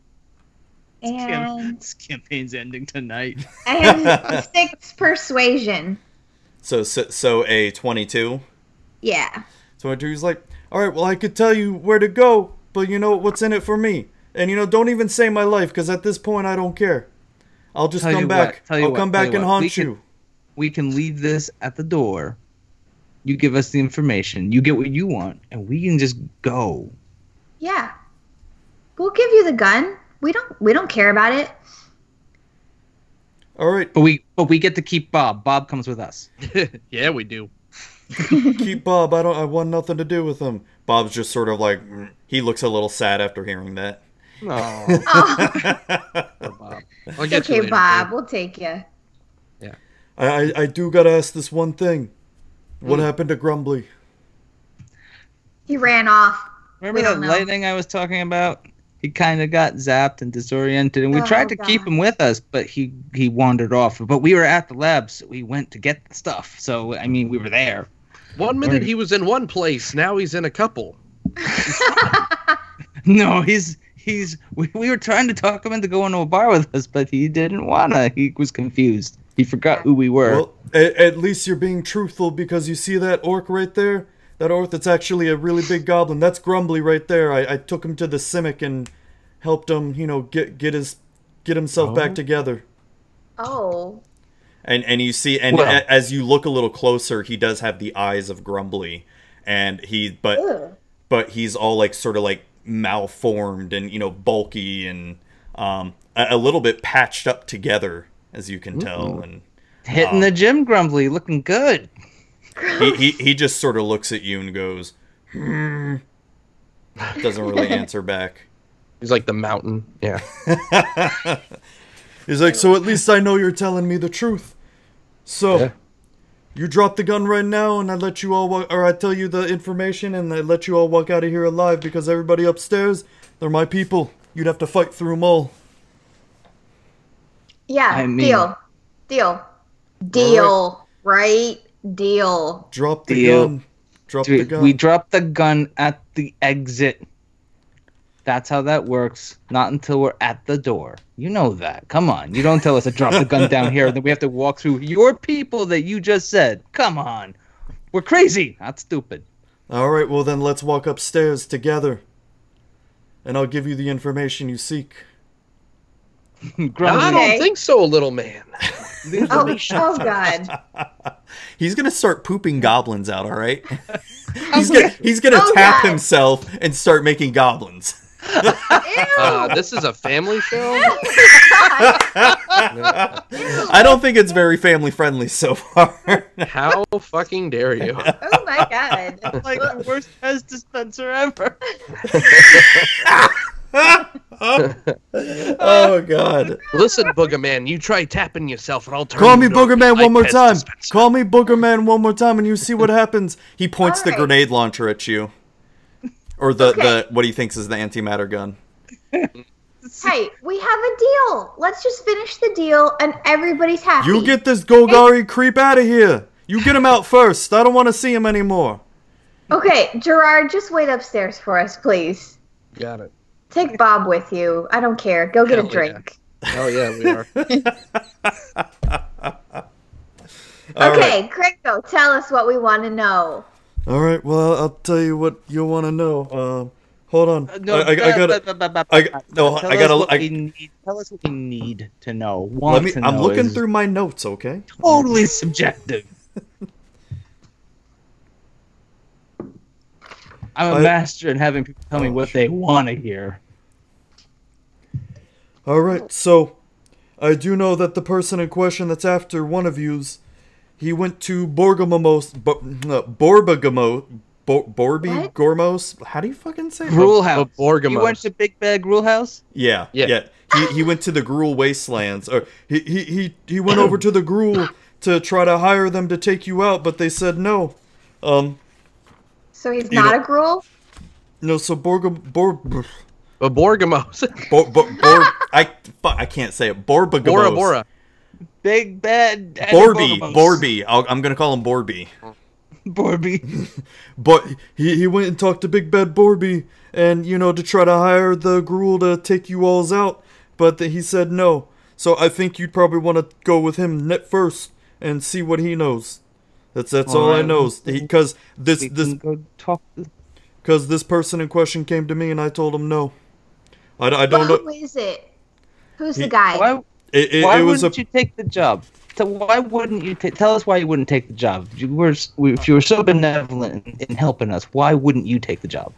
S3: and
S4: This campaign's ending tonight.
S3: and six persuasion.
S1: So so, so a twenty-two.
S3: Yeah.
S1: So Drew's like, all right, well, I could tell you where to go, but you know what's in it for me, and you know, don't even say my life, because at this point, I don't care. I'll just
S6: Tell
S1: come
S6: you
S1: back.
S6: what, tell you
S1: I'll
S6: what,
S1: come
S6: tell you
S1: back and
S6: what, we
S1: haunt
S6: could-
S1: you.
S6: We can leave this at the door. You give us the information. You get what you want, and we can just go.
S3: Yeah. We'll give you the gun. We don't we don't care about it.
S1: All right,
S6: But we but we get to keep Bob. Bob comes with us.
S4: yeah, we do.
S1: keep Bob. I don't. I want nothing to do with him. Bob's just sort of like mm. he looks a little sad after hearing that.
S6: No,
S3: Oh,
S6: Bob.
S2: I'll get you
S3: okay,
S2: later,
S3: Bob,
S2: dude.
S3: we'll take you.
S1: I, I I do gotta ask this one thing. What happened to Grumbly?
S3: He ran off.
S6: Remember
S3: We
S6: that
S3: don't know.
S6: lightning I was talking about? He kind of got zapped and disoriented, and we
S3: Oh,
S6: tried to keep
S3: God.
S6: him with us, but he he wandered off. But we were at the lab, so we went to get the stuff. So I mean, we were there.
S2: One minute he was in one place, now he's in a couple.
S6: No, he's he's we, we were trying to talk him into going to a bar with us, but he didn't wanna. He was confused. He forgot who we were.
S1: Well, at, at least you're being truthful because you see that orc right there? That orc that's actually a really big goblin. That's Grumbly right there. I, I took him to the Simic and helped him, you know, get get his get himself back together.
S3: Oh.
S1: And and you see and
S6: Well-
S1: a- as you look a little closer, he does have the eyes of Grumbly and he but
S3: Ew.
S1: but he's all like sort of like malformed and you know bulky and um a, a little bit patched up together as you can tell and
S6: Hitting the gym grumbly, looking good.
S1: he, he he just sort of looks at you and goes, hmm. Doesn't really answer back.
S2: He's like the mountain. Yeah.
S1: He's like, so at least I know you're telling me the truth. So,
S2: Yeah.
S1: you drop the gun right now, and I let you all walk, or I tell you the information, and I let you all walk out of here alive because everybody upstairs, they're my people. You'd have to fight through them all.
S3: Yeah.
S6: I mean-
S3: deal. Deal. Deal. Right? Deal.
S1: Drop the
S6: Deal.
S1: gun. Drop
S6: We,
S1: the gun.
S6: we dropped the gun at the exit. That's how that works. Not until we're at the door. You know that. Come on. You don't tell us to drop the gun down here and then we have to walk through your people that you just said. Come on. We're crazy, not stupid.
S1: all right, well then, let's walk upstairs together, and I'll give you the information you seek.
S6: Grumbly,
S2: I don't
S3: Okay.
S2: think so, little man.
S3: Oh, oh God.
S1: He's gonna start pooping goblins out. All right. he's gonna he's gonna
S3: Oh,
S1: tap
S3: God.
S1: himself and start making goblins.
S3: Ew. Oh,
S2: Uh, this is a family show.
S1: I don't think it's very family friendly so far.
S2: How fucking dare you?
S3: oh my God.
S4: Like the worst pest dispenser ever.
S3: Uh,
S1: oh God!
S2: Listen, Boogerman, you try tapping yourself and I'll turn
S1: Call me
S2: you into
S1: Booger
S2: a
S1: Man
S2: light
S1: one more
S2: pest
S1: time.
S2: dispenser.
S1: Call me Booger Man one more time, and you see what happens. He points the
S3: Alright.
S1: grenade launcher at you, or the
S3: Okay.
S1: the what he thinks is the antimatter gun.
S3: Hey, we have a deal. Let's just finish the deal and everybody's happy.
S1: You get this Golgari creep out of here. You get him out first. I don't want to see him anymore.
S3: Okay, Gerard, just wait upstairs for us, please.
S2: Got it.
S3: Take Bob with you. I don't care. Go get
S2: Hell
S3: a
S2: yeah.
S3: drink.
S2: Oh, yeah, we are.
S1: Alright.
S3: okay, Gringo, tell us what we want to know.
S1: All right. Well, I'll tell you what you want to know. Um, hold on.
S6: Uh,
S1: I, I, I gotta. I,
S6: gotta.
S1: no,
S6: Tell
S1: I gotta.
S6: Us what
S1: I,
S6: we need, tell us what we need to know.
S1: let
S6: Want
S1: me.
S6: to
S1: I'm
S6: know
S1: looking
S6: is
S1: through my notes. Okay.
S6: Totally subjective. I'm a
S1: I- Oh,
S6: master in having people tell me what they want to hear.
S1: All right, so I do know that the person in question that's after one of yous, he went to Borgamos, Bo, no, Borbagamo, Bo, Borby
S3: What?
S1: Gormos. How do you fucking say? it?
S6: Rule house.
S2: But Borgamos.
S6: You went to Big Bag Rule House.
S1: Yeah, yeah.
S2: Yeah.
S1: He, he went to the Gruel Wastelands, or he he he, he went over to the Gruel to try to hire them to take you out, but they said no. Um,
S3: So he's
S1: You
S3: not
S1: know-
S3: a gruel?
S1: no. So Borg Bor Bor
S2: But Borgamos.
S1: Bor, Bor I fuck, I can't say it. Borbagamos.
S2: Bora Bora.
S6: Big Bad. Daddy
S1: Borby,
S6: Bonobos.
S1: Borby. I'll, I'm gonna call him Borby.
S6: Borby.
S1: But he, he went and talked to Big Bad Borby, and you know to try to hire the gruel to take you alls out. but th- he said no. So I think you'd probably want to go with him net first and see what he knows. That's that's all, I
S6: Alright.
S1: know. Because this
S6: We
S1: this
S6: can go talk.
S1: because this person in question came to me and I told him no. I, d- I
S3: But
S1: don't know.
S3: who is it? Who's
S1: He-
S3: the guy?
S6: Why,
S1: It, it,
S6: why
S1: it was a
S6: wouldn't you take the job? So why wouldn't you ta- tell us why you wouldn't take the job? If you were, s- if you were so benevolent in, in helping us, why wouldn't you take the job?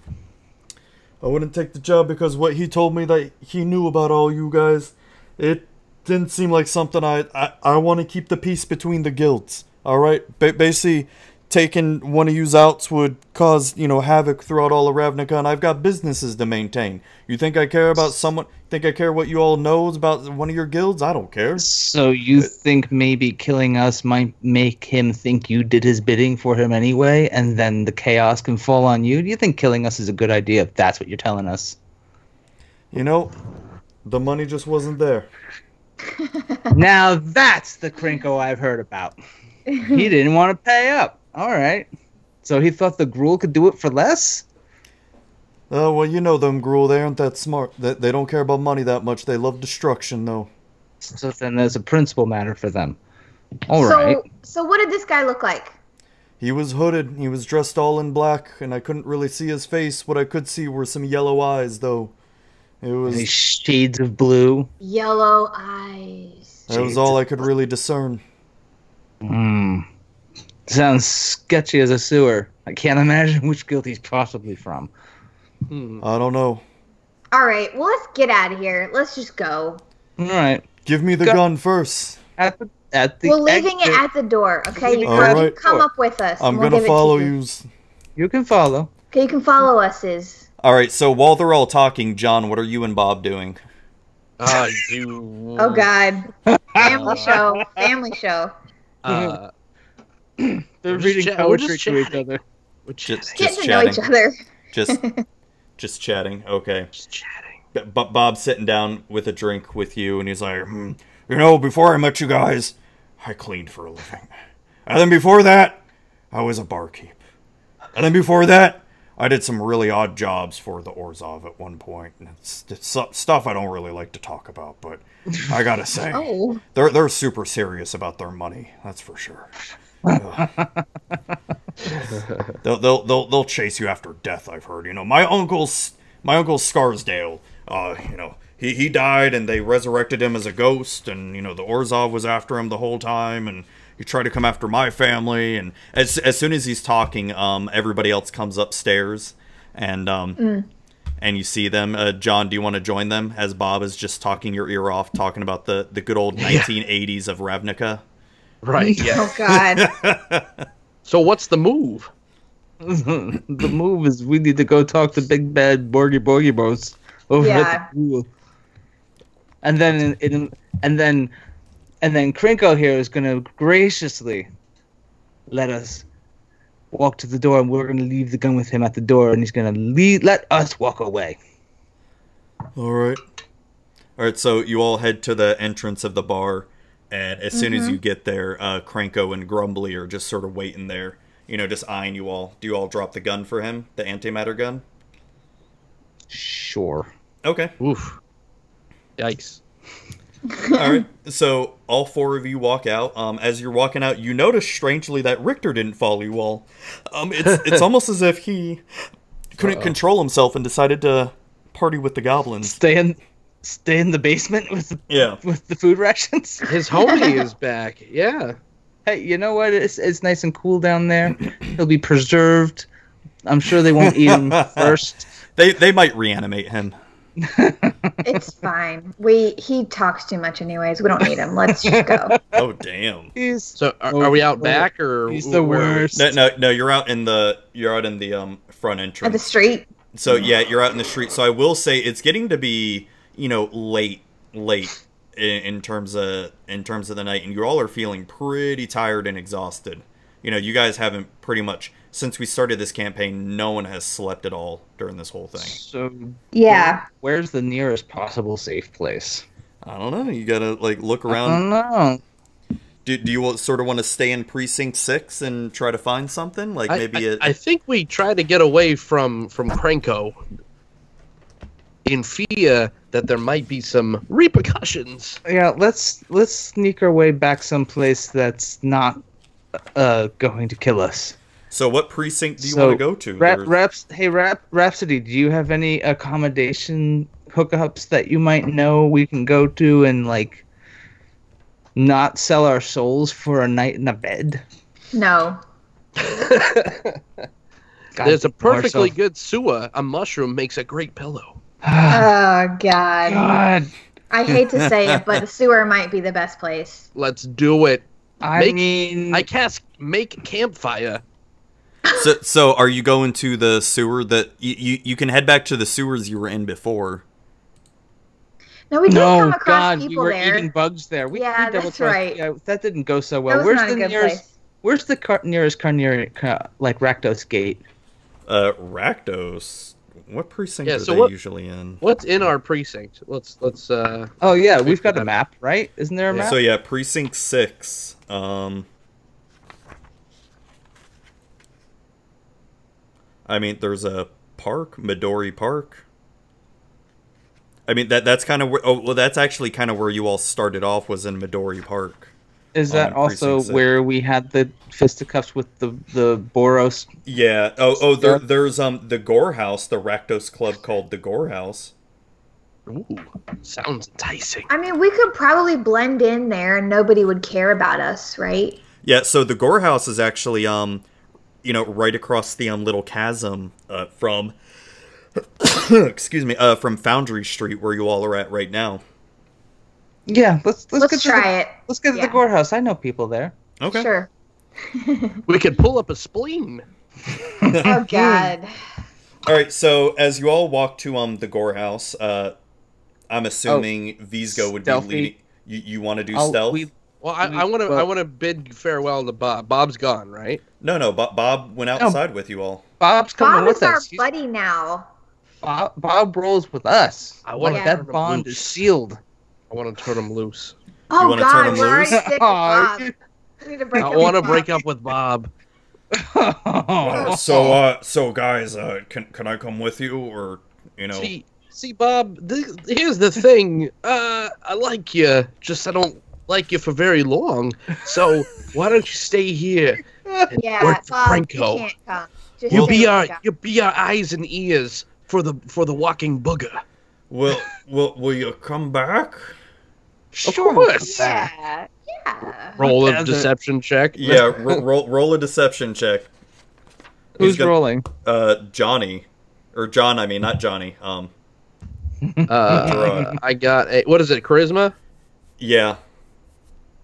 S1: I wouldn't take the job because what he told me that he knew about all you guys, it didn't seem like something I I, I want to keep the peace between the guilds. All right, ba- basically, taking one of yous outs would cause you know havoc throughout all of Ravnica, and I've got businesses to maintain. You think I care about someone? Think I care what you all knows about one of your guilds? I don't care.
S6: So you think maybe killing us might make him think you did his bidding for him anyway, and then the chaos can fall on you? Do you think killing us is a good idea if that's what you're telling us?
S1: You know, the money just wasn't there.
S6: now that's the Krinko I've heard about. He didn't want to pay up. All right. So he thought the gruel could do it for less?
S1: Oh well, you know them gruel. They aren't that smart. They, they don't care about money that much. They love destruction though.
S6: So then there's a principal matter for them. All
S3: so,
S6: right.
S3: so what did this guy look like?
S1: He was hooded, he was dressed all in black, and I couldn't really see his face. What I could see were some yellow eyes, though. It
S6: These
S1: was
S6: Shades of blue.
S3: Yellow eyes.
S1: that was all I could really discern.
S6: Hmm. Sounds sketchy as a sewer. I can't imagine which guilt he's possibly from.
S2: Hmm.
S1: I don't know.
S3: All right, well let's get out of here. Let's just go.
S6: All right.
S1: Give me the
S6: Go-
S1: gun first.
S6: At the, at the
S3: We're leaving it
S6: exit,
S3: at the door, okay? You
S1: All
S3: come,
S1: right.
S3: come up with us.
S1: I'm
S3: and we'll
S1: gonna
S3: give it to
S1: follow
S3: you.
S1: yous.
S6: You can follow.
S3: Okay, you can follow us. Is
S1: All right. So while they're all talking, John, what are you and Bob doing?
S2: Uh, you.
S3: oh god, family show, family show.
S2: Uh,
S6: Mm-hmm.
S4: They're
S2: We're just
S4: reading
S2: chat- we're
S4: poetry
S2: just
S4: to each
S2: chatting.
S4: other.
S2: which
S1: Just,
S3: Get
S1: just
S3: to know
S1: chatting.
S3: each other.
S1: Just, just chatting. Okay.
S2: just chatting.
S1: B- B- Bob's sitting down with a drink with you, and he's like, hmm, you know, before I met you guys, I cleaned for a living. And then before that, I was a barkeep. And then before that, I did some really odd jobs for the Orzov at one point. And it's, it's su- stuff I don't really like to talk about, but I gotta say,
S3: Oh,
S1: they're, they're super serious about their money, that's for sure. Ugh. they'll, they'll, they'll, they'll chase you after death, I've heard. You know, my uncle's my uncle Scarsdale, uh, you know, he, he died and they resurrected him as a ghost, and, you know, the Orzov was after him the whole time, and he tried to come after my family. And as, as soon as he's talking, um, everybody else comes upstairs, and um, and you see them. Uh, John, do you want to join them as Bob is just talking your ear off, talking about the, the good old 1980s of Ravnica?
S2: Right. Yeah.
S3: oh god.
S2: So what's the move?
S6: the move is we need to go talk to Big Bad Borgy Borgy Bros over
S3: Yeah.
S6: at the pool. And then in, in, and then and then Krinko here is gonna graciously let us walk to the door and we're gonna leave the gun with him at the door and he's gonna lead, let us walk away.
S1: All right. All right, so you all head to the entrance of the bar, and as soon as you get there, uh, Cranko and Grumbly are just sort of waiting there, you know, just eyeing you all. Do you all drop the gun for him, the antimatter gun?
S6: Sure.
S1: Okay.
S2: Oof. Yikes.
S1: All right. So all four of you walk out. Um, as you're walking out, you notice strangely that Richter didn't follow you all. Um, it's it's almost as if he couldn't control himself and decided to party with the goblins.
S6: Stay in stay in the basement with the
S1: Yeah.
S6: with the food rations.
S2: His homie is back. Yeah.
S6: hey, you know what? It's, it's nice and cool down there. He'll be preserved. I'm sure they won't eat him first.
S1: They they might reanimate him.
S3: It's fine. We he talks too much anyways. We don't need him. Let's just go.
S1: Oh damn.
S6: He's,
S2: So are, are we out back or?
S6: he's the
S2: where are we?
S6: worst.
S1: No no no. You're out in the you're out in the um front
S3: At the
S1: entrance.
S3: street.
S1: So yeah, you're out in the street. So I will say it's getting to be you know late late in, in terms of in terms of the night, and you all are feeling pretty tired and exhausted. You know, you guys haven't pretty much since we started this campaign. No one has slept at all during this whole thing.
S6: So
S3: Yeah.
S6: where's the nearest possible safe place?
S1: I don't know. You gotta like look
S6: I
S1: around.
S6: don't know.
S1: Do, do you sort of want to stay in precinct six and try to find something like
S2: I-
S1: maybe
S2: I,
S1: a
S2: I think we try to get away from from Cranko. In Fia, that there might be some repercussions.
S6: Yeah, let's let's sneak our way back someplace that's not uh going to kill us.
S1: So what precinct do you
S6: So,
S1: want to go to?
S6: Rap,
S1: There's-
S6: raps, hey, rap, Rhapsody, do you have any accommodation hookups that you might know we can go to and like not sell our souls for a night in a bed?
S3: No.
S6: God,
S2: There's a
S6: damn
S2: perfectly
S6: ourself-
S2: good suwa. A mushroom makes a great pillow.
S3: Oh God.
S6: God.
S3: I hate to say it, but the sewer might be the best place.
S2: Let's do it.
S6: I
S2: Make-
S6: mean,
S3: Mm.
S2: I cast make campfire.
S1: So, so are you going to the sewer that you, you you can head back to the sewers you were in before?
S3: No, we did come
S6: no,
S3: across
S6: God, we
S3: people
S6: were
S3: there.
S6: eating bugs there. We,
S3: Yeah,
S6: we double
S3: that's
S6: crossed-
S3: right.
S6: Yeah, that didn't go so
S3: that
S6: well.
S3: was
S6: Where's
S3: not a
S6: the
S3: good
S6: nearest?
S3: place.
S6: Where's the car- nearest carnier, car, like Rakdos gate?
S1: Uh, Rakdos. What precinct
S2: Yeah,
S1: are
S2: so
S1: they
S2: what-
S1: usually in?
S2: What's in our precinct? Let's let's uh
S6: Oh yeah, we've got a map, right? Isn't there a
S2: Yeah.
S6: map?
S1: So yeah, precinct six. Um, I mean, there's a park, Midori Park. I mean that that's kind of where. Oh, well, that's actually kind of where you all started off was in Midori Park.
S6: Is
S1: on
S6: that also
S1: precinct six.
S6: where we had the fisticuffs with the the Boros?
S1: Yeah. Oh, oh, there,
S6: Yeah.
S1: there's um the Gore House, the Rakdos club called the Gore House.
S2: ooh, sounds enticing.
S3: I mean, we could probably blend in there and nobody would care about us, right?
S1: Yeah. So the Gore House is actually um, you know, right across the um little chasm uh, from, excuse me, uh, from Foundry Street where you all are at right now.
S6: Yeah, let's let's,
S3: Let's,
S6: get to
S3: try
S6: the,
S3: it.
S6: Let's get to
S3: Yeah.
S6: the Gore House. I know people there.
S1: Okay.
S3: Sure.
S2: We could pull up a spleen.
S1: Hmm.
S3: Oh God.
S1: All right. So as you all walk to um the Gore House, uh, I'm assuming Vizgo would
S6: stealthy.
S1: be leading. You, you want to do
S6: I'll-
S1: stealth?
S6: we-
S2: Well, I,
S6: We-
S2: I want to I
S6: well-
S2: want to bid farewell to Bob. Bob's gone, right?
S1: No, no. Bob, Bob went outside with you all.
S6: Bob's coming
S3: Bob
S6: with
S3: is our
S6: us. He's-
S3: buddy now.
S6: Bob, Bob rolls with us.
S2: I
S6: Like,
S2: wanna
S3: turn
S6: that
S2: him
S6: bond
S2: loose.
S6: is sealed.
S2: I want to turn him loose.
S3: Oh
S1: wanna turn him
S3: God, we're
S1: loose?
S3: already sick of
S6: Aw,
S3: Bob. We need to break
S2: I
S3: up
S2: want to
S3: with
S2: break
S3: Bob.
S2: up with Bob.
S1: Uh, so uh so guys uh can can i come with you or you know
S2: See, see, Bob. Th- here's the thing. Uh, I like you, just I don't like you for very long. So why don't you stay here?
S3: Yeah,
S2: Work for
S3: Bob,
S2: Franco.
S3: you can't come. Just
S2: You'll
S3: stay
S2: be
S3: with
S2: our
S3: Bob.
S2: you'll be our eyes and ears for the for the walking booger.
S1: will will will you come back
S6: Sure.
S2: course.
S3: Yeah, yeah.
S2: Roll
S6: As
S2: of
S6: a-
S2: deception check.
S1: yeah ro- roll roll a deception check
S6: Who's
S1: gonna-
S6: rolling?
S1: uh johnny or john i mean not johnny um
S2: Uh, I got a what is it? Charisma.
S1: yeah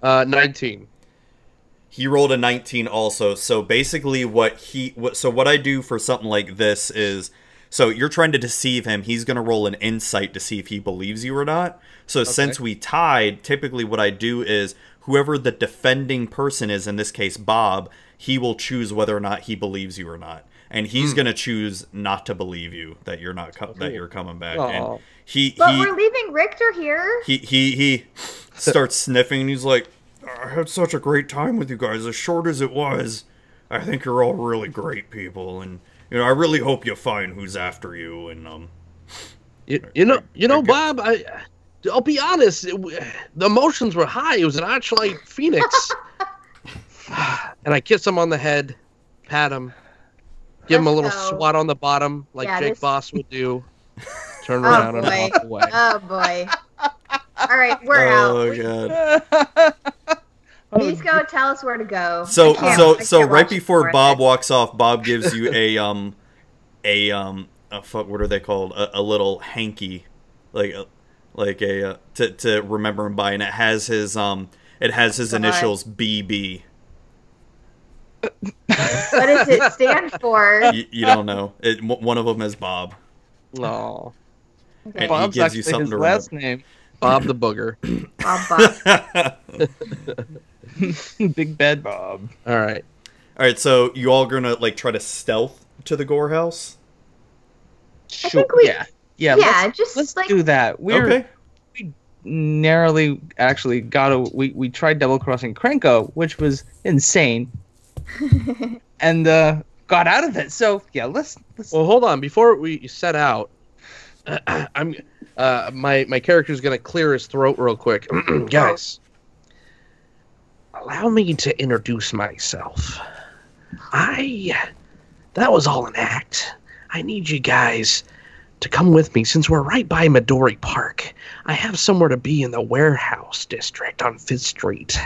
S2: Uh, nineteen.
S1: he rolled a 19 also so basically what he what so what i do for something like this is so you're trying to deceive him he's going to roll an insight to see if he believes you or not so since we tied typically what i do is whoever the defending person is in this case bob he will choose whether or not he believes you or not and he's going to choose not to believe you that you're not co- that you're coming back and
S6: Aw.
S1: he
S3: But
S1: he
S3: we're leaving Richter here.
S1: he he he starts sniffing and he's like i had such a great time with you guys as short as it was i think you're all really great people and you know i really hope you find who's after you and um
S2: You, you know, you know,
S1: Okay.
S2: Bob. I, I'll be honest. It, w- the emotions were high. It was an Archlight Phoenix, and I kiss him on the head, pat him, give him a little
S3: Let's go.
S2: swat on the bottom like
S3: Yeah,
S2: Jake
S3: this-
S2: Boss would do. Turn
S3: Oh,
S2: around
S3: boy.
S2: and walk away.
S3: Oh boy. All right, we're out. We-
S1: god
S6: Uh,
S3: Please go tell us where to go.
S1: so
S3: I can't-
S1: so
S3: I
S1: so
S3: can't
S1: right
S3: watch it
S1: before
S3: for
S1: bob
S3: us.
S1: walks off bob gives you a um a um a fuck what are they called a, a little hanky like a like a uh, to to remember him by and it has his um it has his
S3: God.
S1: initials bb
S3: what does it stand for?
S1: you, you don't know it w- one of them is bob
S6: No.
S1: And he
S6: Bob's
S1: gives
S6: actually
S1: you
S6: his
S1: something to
S6: last name.
S2: Bob the booger.
S3: Bob, Bob.
S1: remember.
S6: Big Bad Bob.
S2: All right.
S1: all right, so you all gonna like try to stealth to the Gore House?
S6: Sure.
S3: think we-
S6: yeah.
S3: Yeah,
S6: Yeah. Let's,
S3: just
S6: let's
S3: like
S6: do that. We're
S1: okay.
S6: narrowly actually got a we, we tried double crossing Krenko, which was insane. and uh got out of it. So yeah, let's let's
S2: Well, hold on. Before we set out, I'm Uh, my my character's gonna clear his throat real quick, guys. Allow me to introduce myself. I that was all an act. I need you guys to come with me since we're right by Midori Park. I have somewhere to be in the warehouse district on Fifth Street.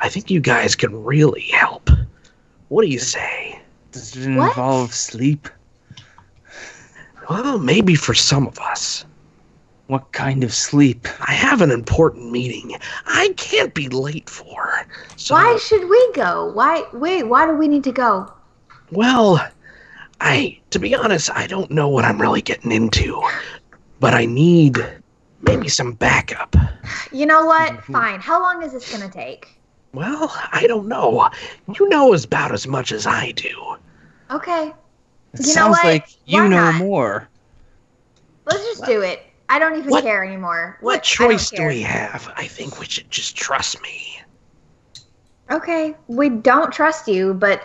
S2: I think you guys can really help. What do you say?
S4: Does it
S3: What?
S4: involve sleep?
S2: Well, maybe for some of us.
S4: What kind of sleep?
S2: I have an important meeting I can't be late for. So,
S3: Why should we go? Why wait? Why do we need to go?
S2: well, I, to be honest, I don't know what I'm really getting into, but I need maybe some backup.
S3: You know what? Fine. How long is this gonna take?
S2: Well, I don't know. You know as about as much as I do.
S3: Okay,
S4: It
S3: You know
S4: sounds
S3: what?
S4: like you
S3: Why
S4: know
S3: not?
S4: more.
S3: let's just do it. I don't even
S2: What-
S3: care anymore.
S2: What
S3: I don't
S2: choice do
S3: care.
S2: we have? I think we should just trust me.
S3: Okay, we don't trust you, but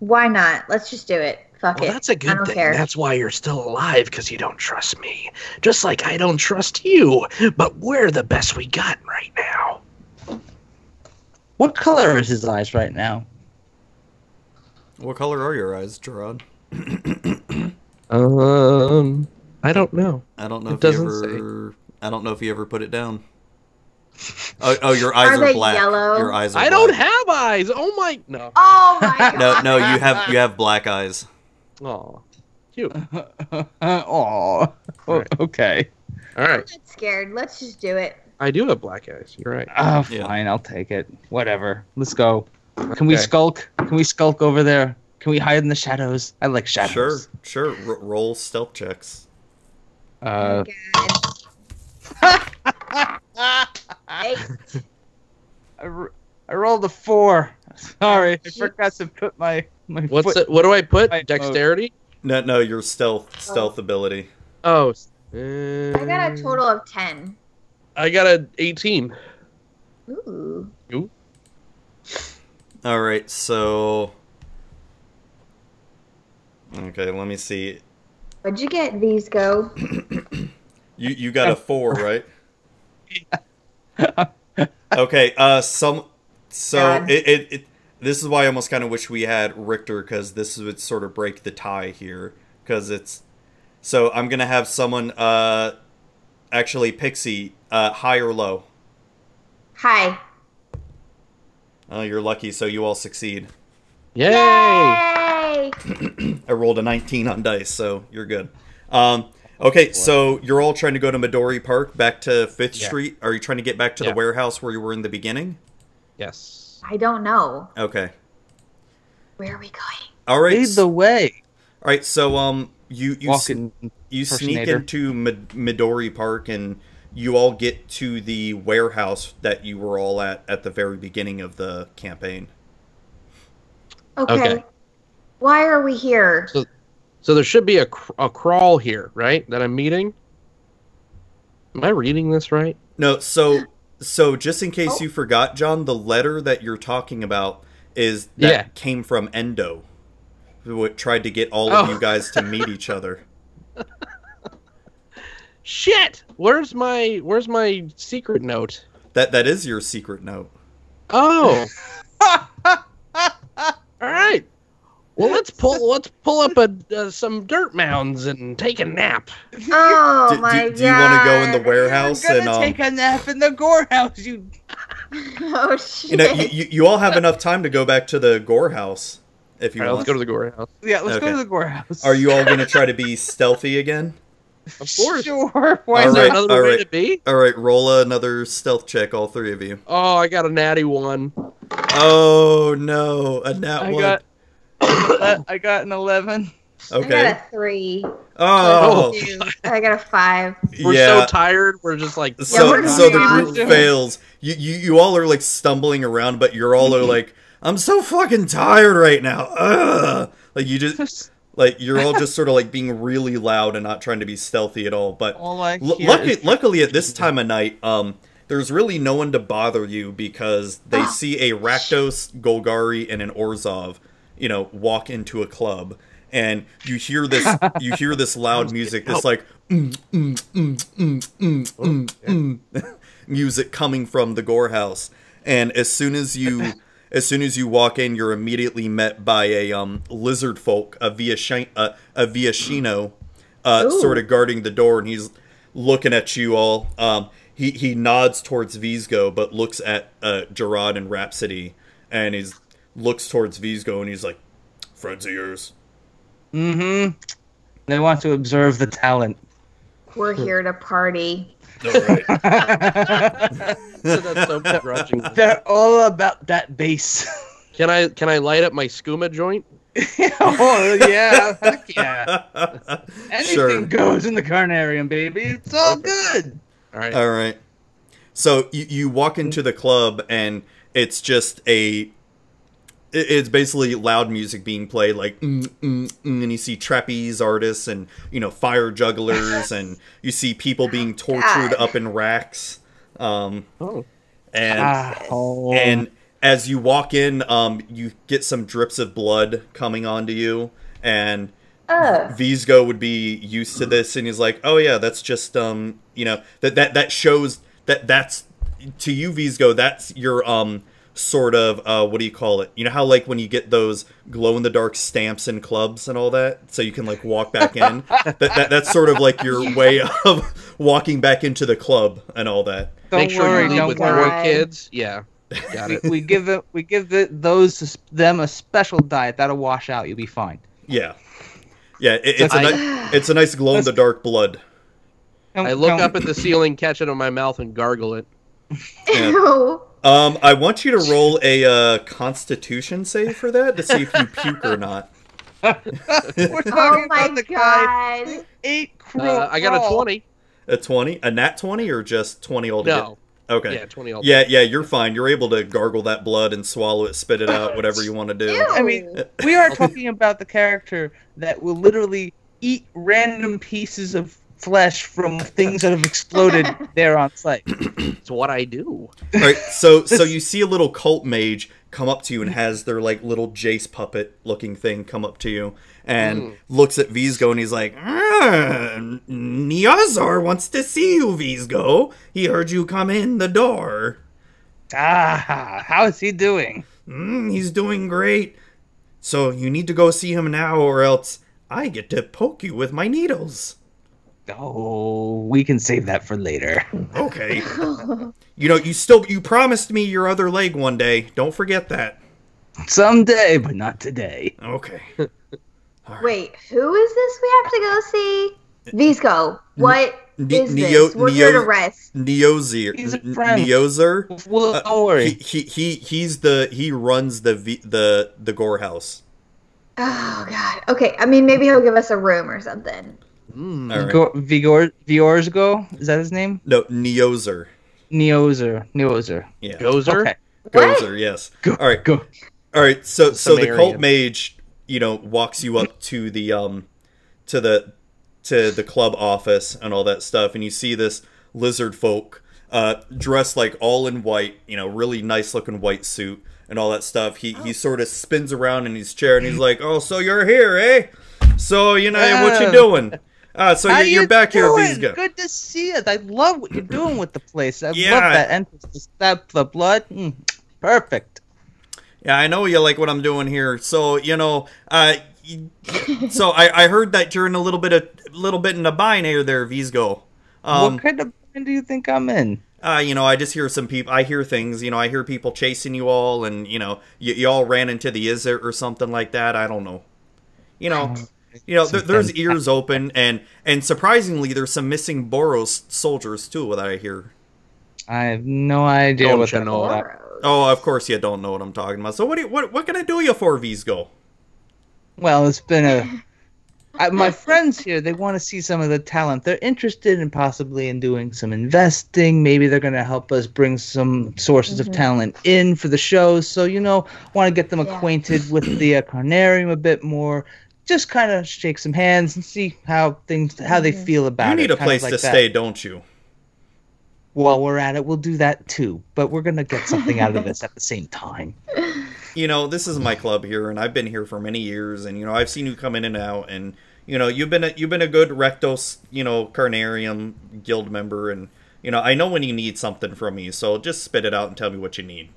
S3: why not? Let's just do it. Fuck
S2: Well,
S3: it.
S2: that's a
S3: I
S2: good
S3: don't
S2: thing.
S3: care.
S2: That's why you're still alive because you don't trust me. Just like I don't trust you, but we're the best we got right now.
S4: What color is his eyes right now?
S1: What color are your eyes, Gerard?
S2: Um, I don't know.
S1: I don't know if
S2: It
S1: you
S2: doesn't say.
S1: ever. I don't know if you ever put it down. Oh, oh your eyes are,
S3: they
S1: black.
S3: yellow?
S1: Your eyes are
S2: I don't
S1: black.
S2: have eyes. Oh my no.
S3: oh my god.
S1: No, no, you have you have black eyes.
S2: Oh, cute. All
S4: Aw.
S2: Right.
S4: Okay.
S3: I'm
S2: right,
S3: not scared. Let's just do it.
S2: I do have black eyes. You're right.
S4: Oh,
S1: Yeah.
S4: fine. I'll take it. Whatever. Let's go. Can we
S2: Okay.
S4: skulk? Can we skulk over there? Can we hide in the shadows? I like
S1: Sure,
S4: shadows.
S1: sure. R- roll stealth checks.
S4: Sure. Uh,
S3: God. Hey,
S4: I, ro- I rolled a four. Sorry, I
S3: Shit.
S4: forgot to put my my
S2: What's
S4: foot.
S2: it? What do I put?
S4: I- oh.
S2: Dexterity.
S1: No, no, your stealth stealth ability.
S2: Oh, s-
S3: I got a total of ten.
S2: I got a 18.
S3: Ooh.
S1: All right, so okay, let me see.
S3: Where'd you get these go?
S1: You you got a four, right? okay. Uh, some. So
S3: God.
S1: it, it, it this is why I almost kind of wish we had Richter because this would sort of break the tie here because it's. So I'm gonna have someone. Uh, actually, Pixie. Uh, high or low?
S3: Hi.
S1: Oh, you're lucky. So you all succeed.
S2: Yay!
S3: Yay!
S1: I rolled a 19 on dice, so you're good. Um, okay, so you're all trying to go to Midori Park, back to Fifth
S2: Yeah.
S1: Street. Are you trying to get back to
S2: Yeah.
S1: the warehouse where you were in the beginning?
S2: Yes.
S3: I don't know.
S1: Okay.
S3: Where are we going?
S1: All right.
S4: Lead
S1: s-
S4: the way.
S1: all right. So um, you you s-
S4: Walking.
S1: you sneak
S4: impersonator.
S1: into Mid- Midori Park and you all get to the warehouse that you were all at at the very beginning of the campaign.
S3: Okay.
S2: Okay.
S3: Why are we here?
S2: So- So there should be a, cr- a crawl here, right? That I'm meeting. Am I reading this right?
S1: No, so so just in case
S3: Oh.
S1: you forgot, John, the letter that you're talking about is that
S2: Yeah.
S1: came from Endo, who tried to get all of
S2: Oh.
S1: you guys to meet each other.
S2: Shit! Where's my Where's my secret note?
S1: That that is your secret note.
S2: Oh. All right. Well, let's pull let's pull up a uh, some dirt mounds and take a nap.
S3: Oh
S1: Do- do-
S3: my god.
S1: do you wanna go in the warehouse
S4: We're
S1: and
S4: gonna
S1: um,
S4: take a nap in the gore house. You.
S3: oh shit.
S1: you know you, you, you all have enough time to go back to the gore house if you
S2: All right, let's
S1: want.
S2: go to the gore house.
S4: Yeah, let's
S1: Okay.
S4: go to the gore house.
S1: Are you all going to try to be stealthy again?
S2: Of course.
S4: Sure. Why
S1: All
S2: Is
S4: not?
S2: there
S1: right,
S2: another
S1: all
S2: way
S1: right.
S2: to be?
S1: All right, roll another stealth check, all three of you.
S2: Oh, I got a natty one.
S1: Oh no, a nat
S4: I
S1: one.
S4: got- Uh, I got an eleven.
S3: I got
S1: okay.
S3: a three.
S1: Oh,
S3: Two. I got a five.
S2: We're
S1: yeah.
S2: so tired. We're just like
S3: Yeah,
S1: So,
S3: we're
S1: so the
S3: moving
S1: group
S3: on.
S1: fails. You, you you all are like stumbling around, but you're all are like, I'm so fucking tired right now. Ugh. Like you just like you're all just sort of like being really loud and not trying to be stealthy at all. But
S4: All I
S1: l-
S4: hear
S1: luckily,
S4: is-
S1: luckily at this time of night, um, there's really no one to bother you because they see a Rakdos, Golgari, and an Orzov, you know, walk into a club. and you hear this you hear this loud music this like mm, music coming from the gore house and as soon as you as soon as you walk in you're immediately met by a um lizard folk a via uh, a viashino uh
S3: Ooh.
S1: sort of guarding the door and he's looking at you all um he he nods towards Visgo but looks at uh Gerard and Rhapsody and he's looks towards Visgo and he's like friends of yours
S6: Mm-hmm. They want to observe the talent.
S3: We're here to party.
S1: all right
S2: So that's so begrudging.
S6: They're all about that bass.
S2: Can I can I light up my skooma joint?
S6: oh yeah, heck yeah. Anything
S1: sure
S6: goes in the carnarium, baby. It's all good.
S2: All right.
S1: All right. So you, you walk into the club and it's just a it- it's basically loud music being played like mm, mm, mm, and you see trapeze artists and you know fire jugglers and you see people being tortured
S3: God.
S1: up in racks um
S2: Oh.
S1: and
S6: Ah, oh.
S1: and as you walk in um you get some drips of blood coming onto you and
S3: Ugh.
S1: Visgo would be used to this, and he's like, "Oh yeah, that's just um, you know that that that shows that that's to you, Visgo. That's your um sort of uh, what do you call it? You know how like when you get those glow in the dark stamps and clubs and all that, so you can like walk back in. that, that that's sort of like your way of walking back into the club and all that.
S6: don't
S2: Make sure
S6: worry,
S2: you leave
S6: don't
S2: with
S6: worry.
S2: four
S3: worry.
S2: kids. Yeah. Got
S6: We,
S2: it.
S6: we give it, we give it, those s- them a special diet that'll wash out. You'll be fine.
S1: Yeah, yeah. It, it's a
S2: I-
S1: ni- it's a nice glow in the dark blood.
S6: Don't-
S2: I look
S6: don't-
S2: up at the ceiling, catch it in my mouth, and gargle it.
S1: Yeah.
S3: Ew. Oh
S1: Um, I want you to roll a uh, Constitution save for that to see if you puke or not.
S4: We're talking
S3: Oh
S4: about
S3: my
S4: the guy
S3: god.
S4: who ate crow.
S2: Uh, I got a twenty.
S1: A twenty, a nat twenty, or just twenty altogether?
S2: No.
S1: Okay.
S2: Yeah, twenty. All
S1: Yeah, yeah, you're fine. You're able to gargle that blood and swallow it, spit it out, whatever you want to do.
S3: Ew.
S4: I mean- We are talking about the character that will literally eat random pieces of flesh from things that have exploded there on site.
S2: It's what I do.
S1: All right. So, so you see a little cult mage come up to you and has their like little Jace puppet looking thing come up to you and
S2: Mm.
S1: looks at Visgo and he's like, "Ah, Nyazar wants to see you, Visgo. He heard you come in the door.
S6: Ah, how is he doing?
S1: Mm, he's doing great. So you need to go see him now, or else I get to poke you with my needles.
S6: Oh, we can save that for later.
S1: Okay. you know, you still you promised me your other leg one day. Don't forget that.
S6: Someday, but not today.
S1: Okay. All right.
S3: Wait, who is this we have to go see? Visco. What
S1: N-
S3: is
S1: Neo-
S3: this? We're here to
S1: Neo-
S3: rest.
S1: Neozer.
S6: He's a
S1: N-
S6: friend.
S1: Neozer.
S6: Well,
S1: Uh,
S6: don't
S1: He,
S6: worry.
S1: he he he's the he runs the v, the the gore house.
S3: Oh god. Okay. I mean maybe he'll give us a room or something.
S2: Mm.
S1: All right.
S6: Vigor, Vigor, Vigorzgo? Is that his name?
S1: No, Neozer.
S6: Neozer. Neozer.
S1: Yeah.
S2: Gozer.
S6: Okay.
S3: What?
S1: Gozer, yes.
S6: Go,
S1: All right.
S6: Go.
S1: All right, so so the cult
S2: Sumerian.
S1: mage, you know, walks you up to the um to the to the club office and all that stuff, and you see this lizard folk uh, dressed like all in white, you know, really nice looking white suit and all that stuff. He he sort of spins around in his chair and he's like, "Oh, so you're here, eh? So you know what you
S6: Yeah.
S1: doing? Ah, so
S6: Oh. How
S1: you're, you're
S6: you
S1: back here,
S6: doing?
S1: Vizga.
S6: Good to see us. I love what you're doing with the place. I
S1: Yeah.
S6: love that entrance. That the blood. Mm, perfect.
S1: Yeah, I know you like what I'm doing here. So you know, uh, y- so I, I heard that you're in a little bit of little bit in a bind here, there, Visgo. Um,
S6: what kind of band do you think I'm in?
S1: uh, you know, I just hear some people. I hear things. You know, I hear people chasing you all, and you know, y- y'all ran into the Izzet or something like that. I don't know. You know,
S6: Um,
S1: you know, there, there's ears open, and and surprisingly, there's some missing Boros soldiers too that I hear.
S6: I have no idea
S2: Don't
S6: what
S2: you
S6: that
S2: know?
S6: all that.
S3: Borrow.
S1: Oh, of course you don't know what I'm talking about. So what do you, what what can I do you for, Visgo?
S6: Well, it's been a. I, my friends here, they want to see some of the talent. They're interested in possibly in doing some investing. Maybe they're going to help us bring some sources
S3: Mhm.
S6: of talent in for the show. So you know, want to get them
S3: Yeah.
S6: acquainted with the uh, carnarium a bit more. Just kind of shake some hands and see how things, how they
S3: Mhm.
S6: feel about
S1: You
S6: it.
S1: need a
S6: kind of
S1: place
S6: like
S1: to
S6: that.
S1: stay, don't you?
S6: While we're at it, we'll do that too. But we're going to get something out of this at the same time.
S1: you know, this is my club here, and I've been here for many years, and you know, I've seen you come in and out, and you know, you've been a, you've been a good Rectos, you know, Carnarium guild member, and you know, I know when you need something from me, so just spit it out and tell me what you need.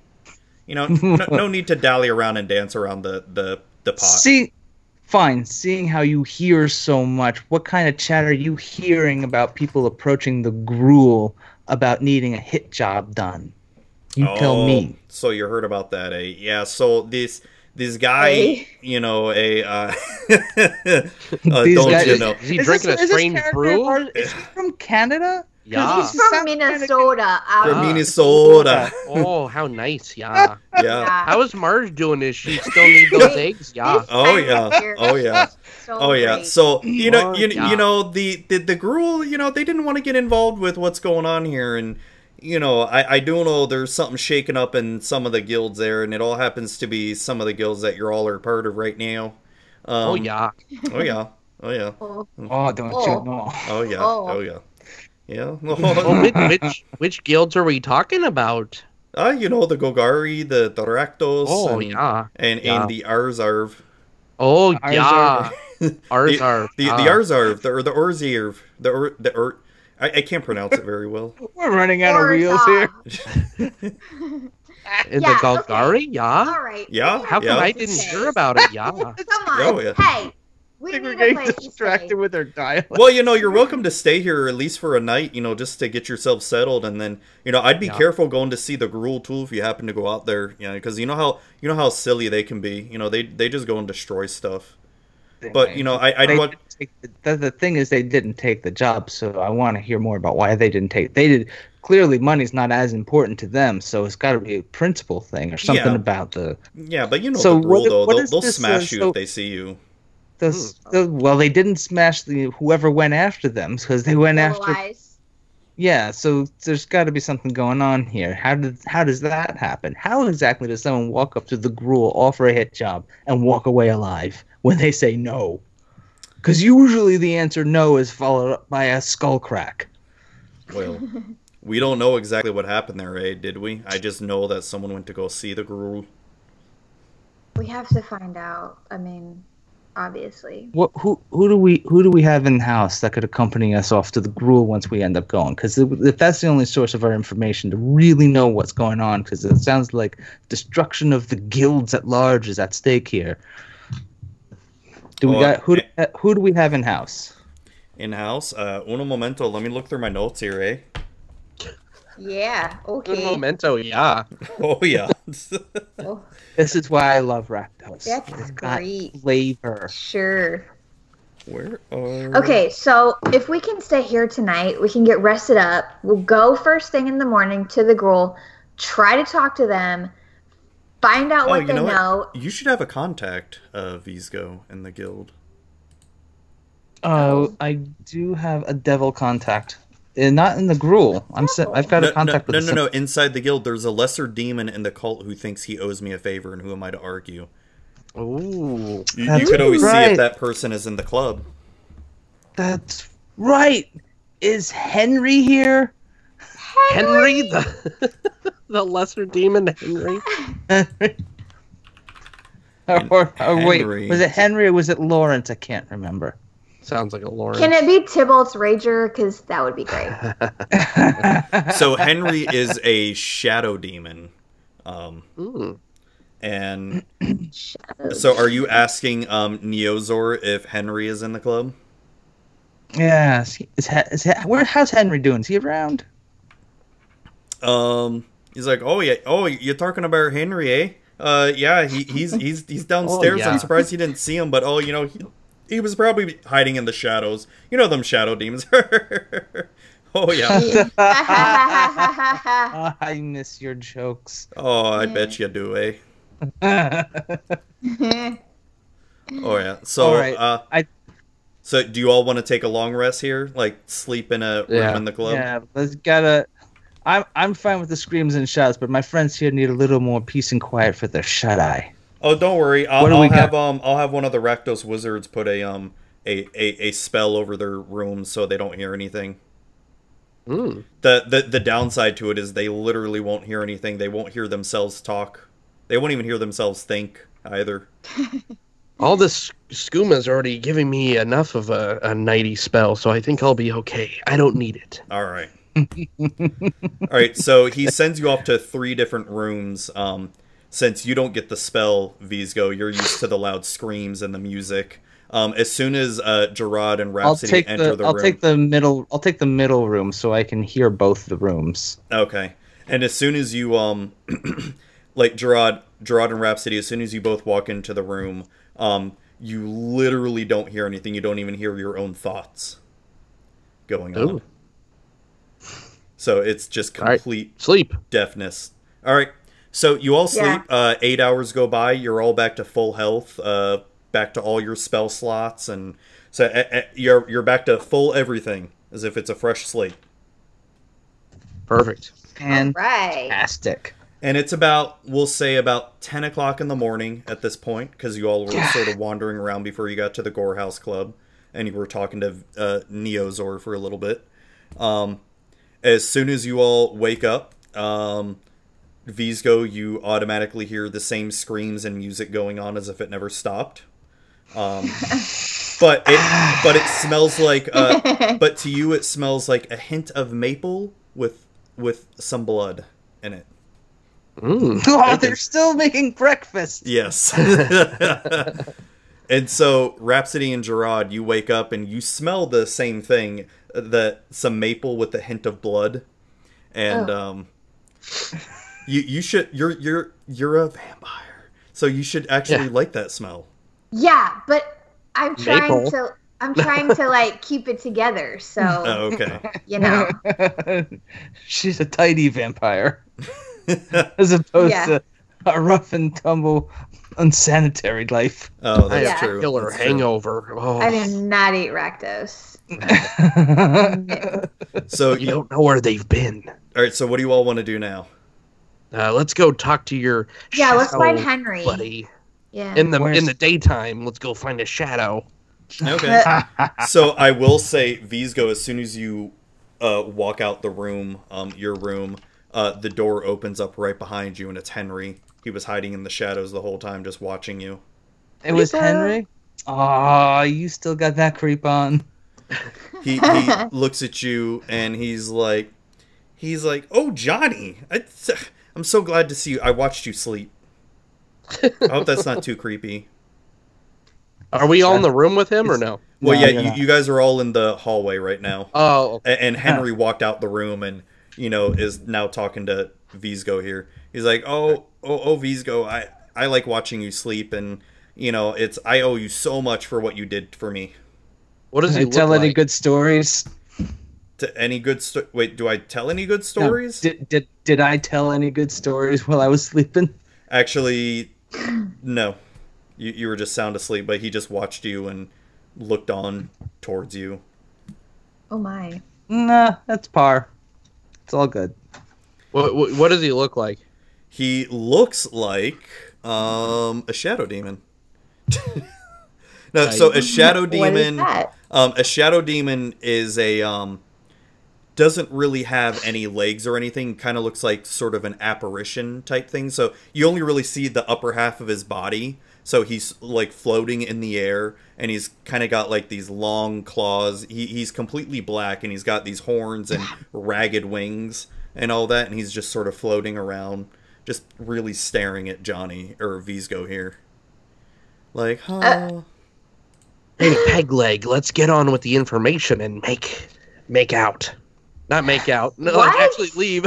S1: You know, no, no need to dally around and dance around the the the pot.
S6: See, fine. Seeing how you hear so much, what kind of chat are you hearing about people approaching the gruel about needing a hit job done? You tell me.
S1: Oh, So you heard about that, eh? Yeah. So this this guy,
S3: Eh?
S1: you know, a uh, uh,
S6: These
S1: don't
S6: guys-
S1: you know?
S2: Is he drinking
S6: this-
S2: a
S6: is this
S2: strange
S6: character
S2: brew?
S6: or- Is he from Canada?
S2: yeah.
S6: He's
S3: She's from
S6: some kinda
S3: Minnesota.
S1: From
S2: Ah.
S3: Um,
S1: Minnesota.
S2: oh, how nice. Yeah.
S1: Yeah.
S3: yeah.
S2: How is Marge doing this? She still need those eggs? Yeah.
S1: Oh yeah. Oh yeah.
S3: So
S1: Oh yeah.
S3: great.
S1: So you know, you,
S2: yeah.
S1: you know the, the the gruel. You know they didn't want to get involved with what's going on here, and you know I I do know there's something shaking up in some of the guilds there, and it all happens to be some of the guilds that you're all are part of right now. Um,
S2: Oh yeah.
S1: Oh yeah. Oh yeah.
S3: Oh,
S6: Oh, don't
S3: Oh.
S6: you know?
S1: Oh yeah.
S3: Oh.
S1: Oh yeah. Yeah.
S2: Well, Oh, which, which which guilds are we talking about?
S1: Ah, you know the Golgari, the the Rakdos,
S2: Oh
S1: and,
S2: yeah.
S1: and,
S2: Yeah.
S1: and the Arzarv,
S2: Oh
S6: Ours
S2: yeah.
S6: are-
S2: Ours are uh,
S1: the the Arzarv, the or the Orzirv, the or the or. I, I can't pronounce it very well.
S6: We're running out of
S3: Or uh,
S6: reels
S3: not.
S6: here.
S2: in
S3: Yeah,
S2: the
S3: okay.
S2: Golgari. Yeah.
S3: All right.
S1: Yeah,
S2: How come
S1: yeah.
S2: I didn't hear about it? Yeah.
S3: Come on.
S1: Oh, yeah.
S3: Hey, we need
S6: We're
S3: to play.
S6: getting distracted with our dialect.
S1: Well, you know, you're welcome to stay here at least for a night, you know, just to get yourself settled, and then, you know, I'd be
S2: Yeah.
S1: careful going to see the Gruul tool if you happen to go out there, you know, because you know how you know how silly they can be, you know, they they just go and destroy stuff. But you know, I I
S6: they
S1: want
S6: didn't take the, the, the thing is they didn't take the job so i want to hear more about why they didn't take they did clearly money's not as important to them so it's got to be a principal thing or something
S1: Yeah.
S6: about the
S1: yeah, but you know
S6: So
S1: the Gruul
S6: what-
S1: though,
S6: what
S1: they'll,
S6: is
S1: they'll
S6: this, uh,
S1: smash you
S6: so-
S1: if they see you.
S6: the, the well they didn't smash the whoever went after them because they went after
S3: Otherwise,
S6: yeah so there's got to be something going on here how did how does that happen how exactly does someone walk up to the gruel offer a hit job and walk away alive when they say no because usually the answer no is followed up by a skull crack
S1: Well, we don't know exactly what happened there, eh? Did we? I just know that someone went to go see the Gruul.
S3: we have to find out. I mean, obviously.
S6: What who who do we who do we have in house that could accompany us off to the gruel once we end up going? Because if that's the only source of our information to really know what's going on, because it sounds like destruction of the guilds at large is at stake here. Do we
S1: Well,
S6: got who do, who do we have in house?
S1: In house, uh, uno momento. Let me look through my notes here, eh?
S3: Yeah.
S2: Good
S3: Okay.
S2: Momento. Yeah.
S1: Oh yeah.
S3: Oh,
S6: This is why I love Rakdos.
S3: That's
S6: It's got
S3: great.
S6: flavor.
S3: sure.
S1: Where are?
S3: Okay, so if we can stay here tonight, we can get rested up. We'll go first thing in the morning to the gruel, try to talk to them, find out
S1: Oh,
S3: what
S1: you
S3: they
S1: know
S3: know.
S1: what? You should have a contact of Visgo in the guild.
S6: Oh, I do have a devil contact. Uh, not in the gruel. I'm se- I've got
S1: No,
S6: a contact
S1: no,
S6: with
S1: no,
S6: the
S1: no, no. Inside the guild, there's a lesser demon in the cult who thinks he owes me a favor, and who am I to argue?
S2: Ooh.
S1: You, you
S6: That's
S1: could always see if
S6: right.
S1: that person is in the club.
S6: That's right. Is Henry here?
S2: Henry the the lesser demon Henry.
S6: Henry. or, or
S1: Henry.
S6: Oh, wait, was it Henry or was it Lawrence? I can't remember.
S2: Sounds like a Lawrence.
S3: Can it be Tybalt's Rager? Because that would be great.
S1: So Henry is a shadow demon. Um,
S2: Mm.
S1: and so, are you asking um, Neozor if Henry is in the club?
S6: yes. Is, Hen- is, Hen- where, how's Henry doing? Is he around?
S1: Um, he's like, oh yeah, oh you're talking about Henry, eh? Uh, yeah, he, he's he's he's downstairs.
S6: Oh,
S2: yeah.
S1: I'm surprised you didn't see him, but oh, you know, he, he was probably hiding in the shadows. You know them shadow demons. oh yeah.
S3: oh,
S6: Ah, I miss your jokes.
S1: Oh, I
S6: Mm.
S1: bet you do, eh? Oh yeah. So,
S6: All right.
S1: uh,
S6: I-
S1: so do you all want to take a long rest here, like sleep in a room
S2: Yeah.
S1: in the club?
S6: yeah, let's gotta. I'm, I'm fine with the screams and shouts, but my friends here need a little more peace and quiet for their shut eye.
S1: Oh, don't worry. I'll,
S6: What do
S1: I'll
S6: we got?
S1: have um, I'll have one of the Rakdos wizards put a um, a, a, a spell over their room so they don't hear anything.
S2: Mm. hmm.
S1: the, the the downside to it is they literally won't hear anything. They won't hear themselves talk. They won't even hear themselves think either.
S2: All this scuma's already giving me enough of a, a nighty spell, so I think I'll be okay. I don't need it.
S1: All right. All right. So he sends you off to three different rooms. Um, since you don't get the spell, Visgo, you're used to the loud screams and the music. Um, as soon as uh, Gerard and
S6: I'll
S1: Rhapsody
S6: take
S1: enter
S6: the,
S1: the,
S6: I'll
S1: room,
S6: take the middle I'll take the middle room so I can hear both the rooms.
S1: Okay. And as soon as you um like Gerard Gerard and Rhapsody, as soon as you both walk into the room, um, you literally don't hear anything. You don't even hear your own thoughts going on.
S2: Ooh.
S1: So it's just
S2: All right.
S1: complete
S2: Sleep.
S1: deafness. All right. So you all sleep.
S3: Yeah.
S1: Uh, eight hours go by. You're all back to full health. Uh, back to all your spell slots, and so eh, eh, you're you're back to full everything, as if it's a fresh slate.
S2: Perfect.
S6: And
S3: Right.
S6: fantastic.
S1: And it's about, we'll say, about 10 o'clock in the morning at this point, because you all were sort of wandering around before you got to the Gore House Club, and you were talking to uh, Neozor for a little bit. Um, as soon as you all wake up, um, Visgo, you automatically hear the same screams and music going on as if it never stopped. Um, but it but it smells like uh, but to you it smells like a hint of maple with with some blood in it.
S2: Mm.
S6: Oh, they're still making breakfast.
S1: Yes. and so Rhapsody and Gerard, you wake up and you smell the same thing, uh, the some maple with the hint of blood. And um you you should you're you're you're a vampire. So you should actually like that smell.
S3: Yeah, but I'm trying
S2: Maple.
S3: to. I'm trying to like keep it together. So
S1: Oh, okay.
S3: you know.
S6: She's a tidy vampire. As
S2: Oh,
S6: opposed
S3: Yeah.
S6: to a rough and tumble unsanitary life.
S1: Oh,
S2: I
S1: that's
S3: Yeah.
S1: true.
S2: Killer
S1: That's true.
S2: hangover. Oh,
S3: I did not eat Rakdos.
S1: So
S2: you
S1: you
S2: don't know where they've been.
S1: all right, so what do you all want to do now?
S2: Uh, let's go talk to your
S3: Yeah, let's
S2: shadow
S3: find Henry.
S2: buddy
S3: Yeah.
S2: in the
S6: Where's-
S2: in the daytime. Let's go find a shadow.
S1: Okay. so I will say, Visgo, as soon as you uh, walk out the room, um, your room, uh, the door opens up right behind you, and it's Henry. He was hiding in the shadows the whole time, just watching you.
S6: It was Henry. Aw, you still got that creep on.
S1: He, he looks at you, and he's like, he's like, oh Johnny, I, I'm so glad to see you. I watched you sleep. I hope that's not too creepy.
S2: Are we all in the room with him or no?
S1: Well,
S6: No, you're
S1: yeah,
S6: not.
S1: you, you guys are all in the hallway right now.
S2: Oh,
S1: A- and Henry walked out the room and you know is now talking to Visgo here. He's like, "Oh, oh, oh, Visgo, I I like watching you sleep, and you know it's I owe you so much for what you did for me."
S2: what does
S6: Does
S2: he
S6: he
S2: look
S6: tell any
S2: like?
S6: good stories?
S1: To any good sto- wait, do I tell any good
S6: No,
S1: stories?
S6: Did, did did I tell any good stories while I was sleeping?
S1: Actually, no. You you were just sound asleep, but he just watched you and looked on towards you.
S3: oh my.
S6: Nah, that's par. It's all good.
S2: What, what, what does he look like?
S1: He looks like um, a shadow demon. no, so a shadow
S3: What is
S1: demon.
S3: that?
S1: Um, a shadow demon is a um, doesn't really have any legs or anything. Kind of looks like sort of an apparition type thing. So you only really see the upper half of his body. So he's like floating in the air, and he's kind of got like these long claws. He, he's completely black, and he's got these horns and ragged wings and all that. And he's just sort of floating around, just really staring at Johnny or Visgo here. Like, huh?
S2: Hey, peg leg. Let's get on with the information and make make out. Not make out. No, like
S3: What?
S2: actually leave.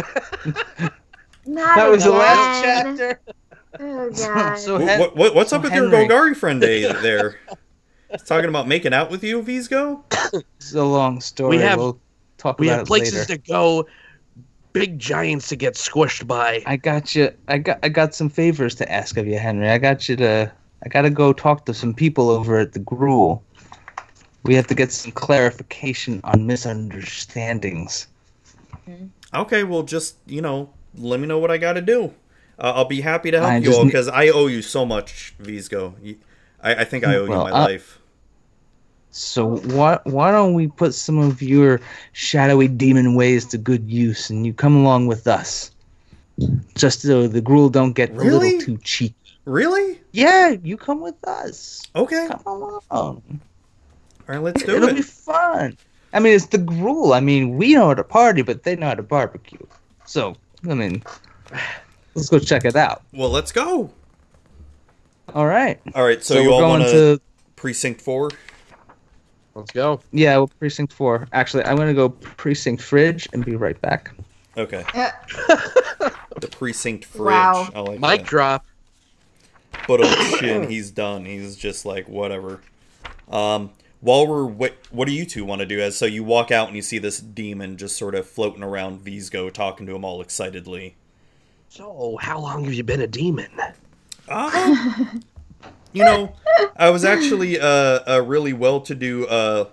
S3: Not
S6: That was the last
S3: again.
S6: chapter.
S3: Oh
S6: So-
S3: god.
S6: so-
S1: Wh- what, what, what's
S6: so
S1: up with your
S6: Henry-
S1: Golgari friend day there? He's talking about making out with you, Visgo?
S6: It's a long story.
S2: We have-
S6: will talk
S2: we
S6: about
S2: have
S6: it
S2: places
S6: later.
S2: to go. Big giants to get squished by.
S6: I got you. I got I got some favors to ask of you, Henry. I got you to. I gotta go talk to some people over at the Gruel. We have to get some clarification on misunderstandings.
S1: Okay, well, just, you know, let me know what I got to do. Uh, I'll be happy to help
S6: I
S1: you
S6: just
S1: all
S6: ne-
S1: because I owe you so much, Visgo. You- I, I think I owe you
S6: Well,
S1: my
S6: uh, I-
S1: life.
S6: So why why don't we put some of your shadowy demon ways to good use, and you come along with us? just so the gruel don't get a
S1: Really?
S6: little too cheap.
S1: Really?
S6: Yeah, you come with us.
S1: Okay.
S6: Come along.
S1: All right, let's do
S6: It'll be
S1: it.
S6: fun. I mean, it's the gruel. I mean, we know how to party, but they know how to barbecue. So, I mean, let's go check it out.
S1: Well, let's go.
S6: All right.
S1: All right, so,
S6: we're
S1: you all
S6: going
S1: want to
S6: to
S1: precinct four?
S2: Let's go.
S6: yeah, well, precinct four. Actually, I'm gonna go precinct fridge and be right back.
S1: Okay.
S3: Uh.
S1: the precinct fridge.
S3: Wow.
S1: I like
S2: Mic
S1: that.
S2: drop.
S1: But oh shit, he's done. He's just like whatever. Um, while we're what, what do you two want to do? As so, you walk out and you see this demon just sort of floating around Visgo, talking to him all excitedly.
S2: So, how long have you been a demon?
S3: Ah.
S1: Uh, you know, I was actually uh, a really well-to-do uh,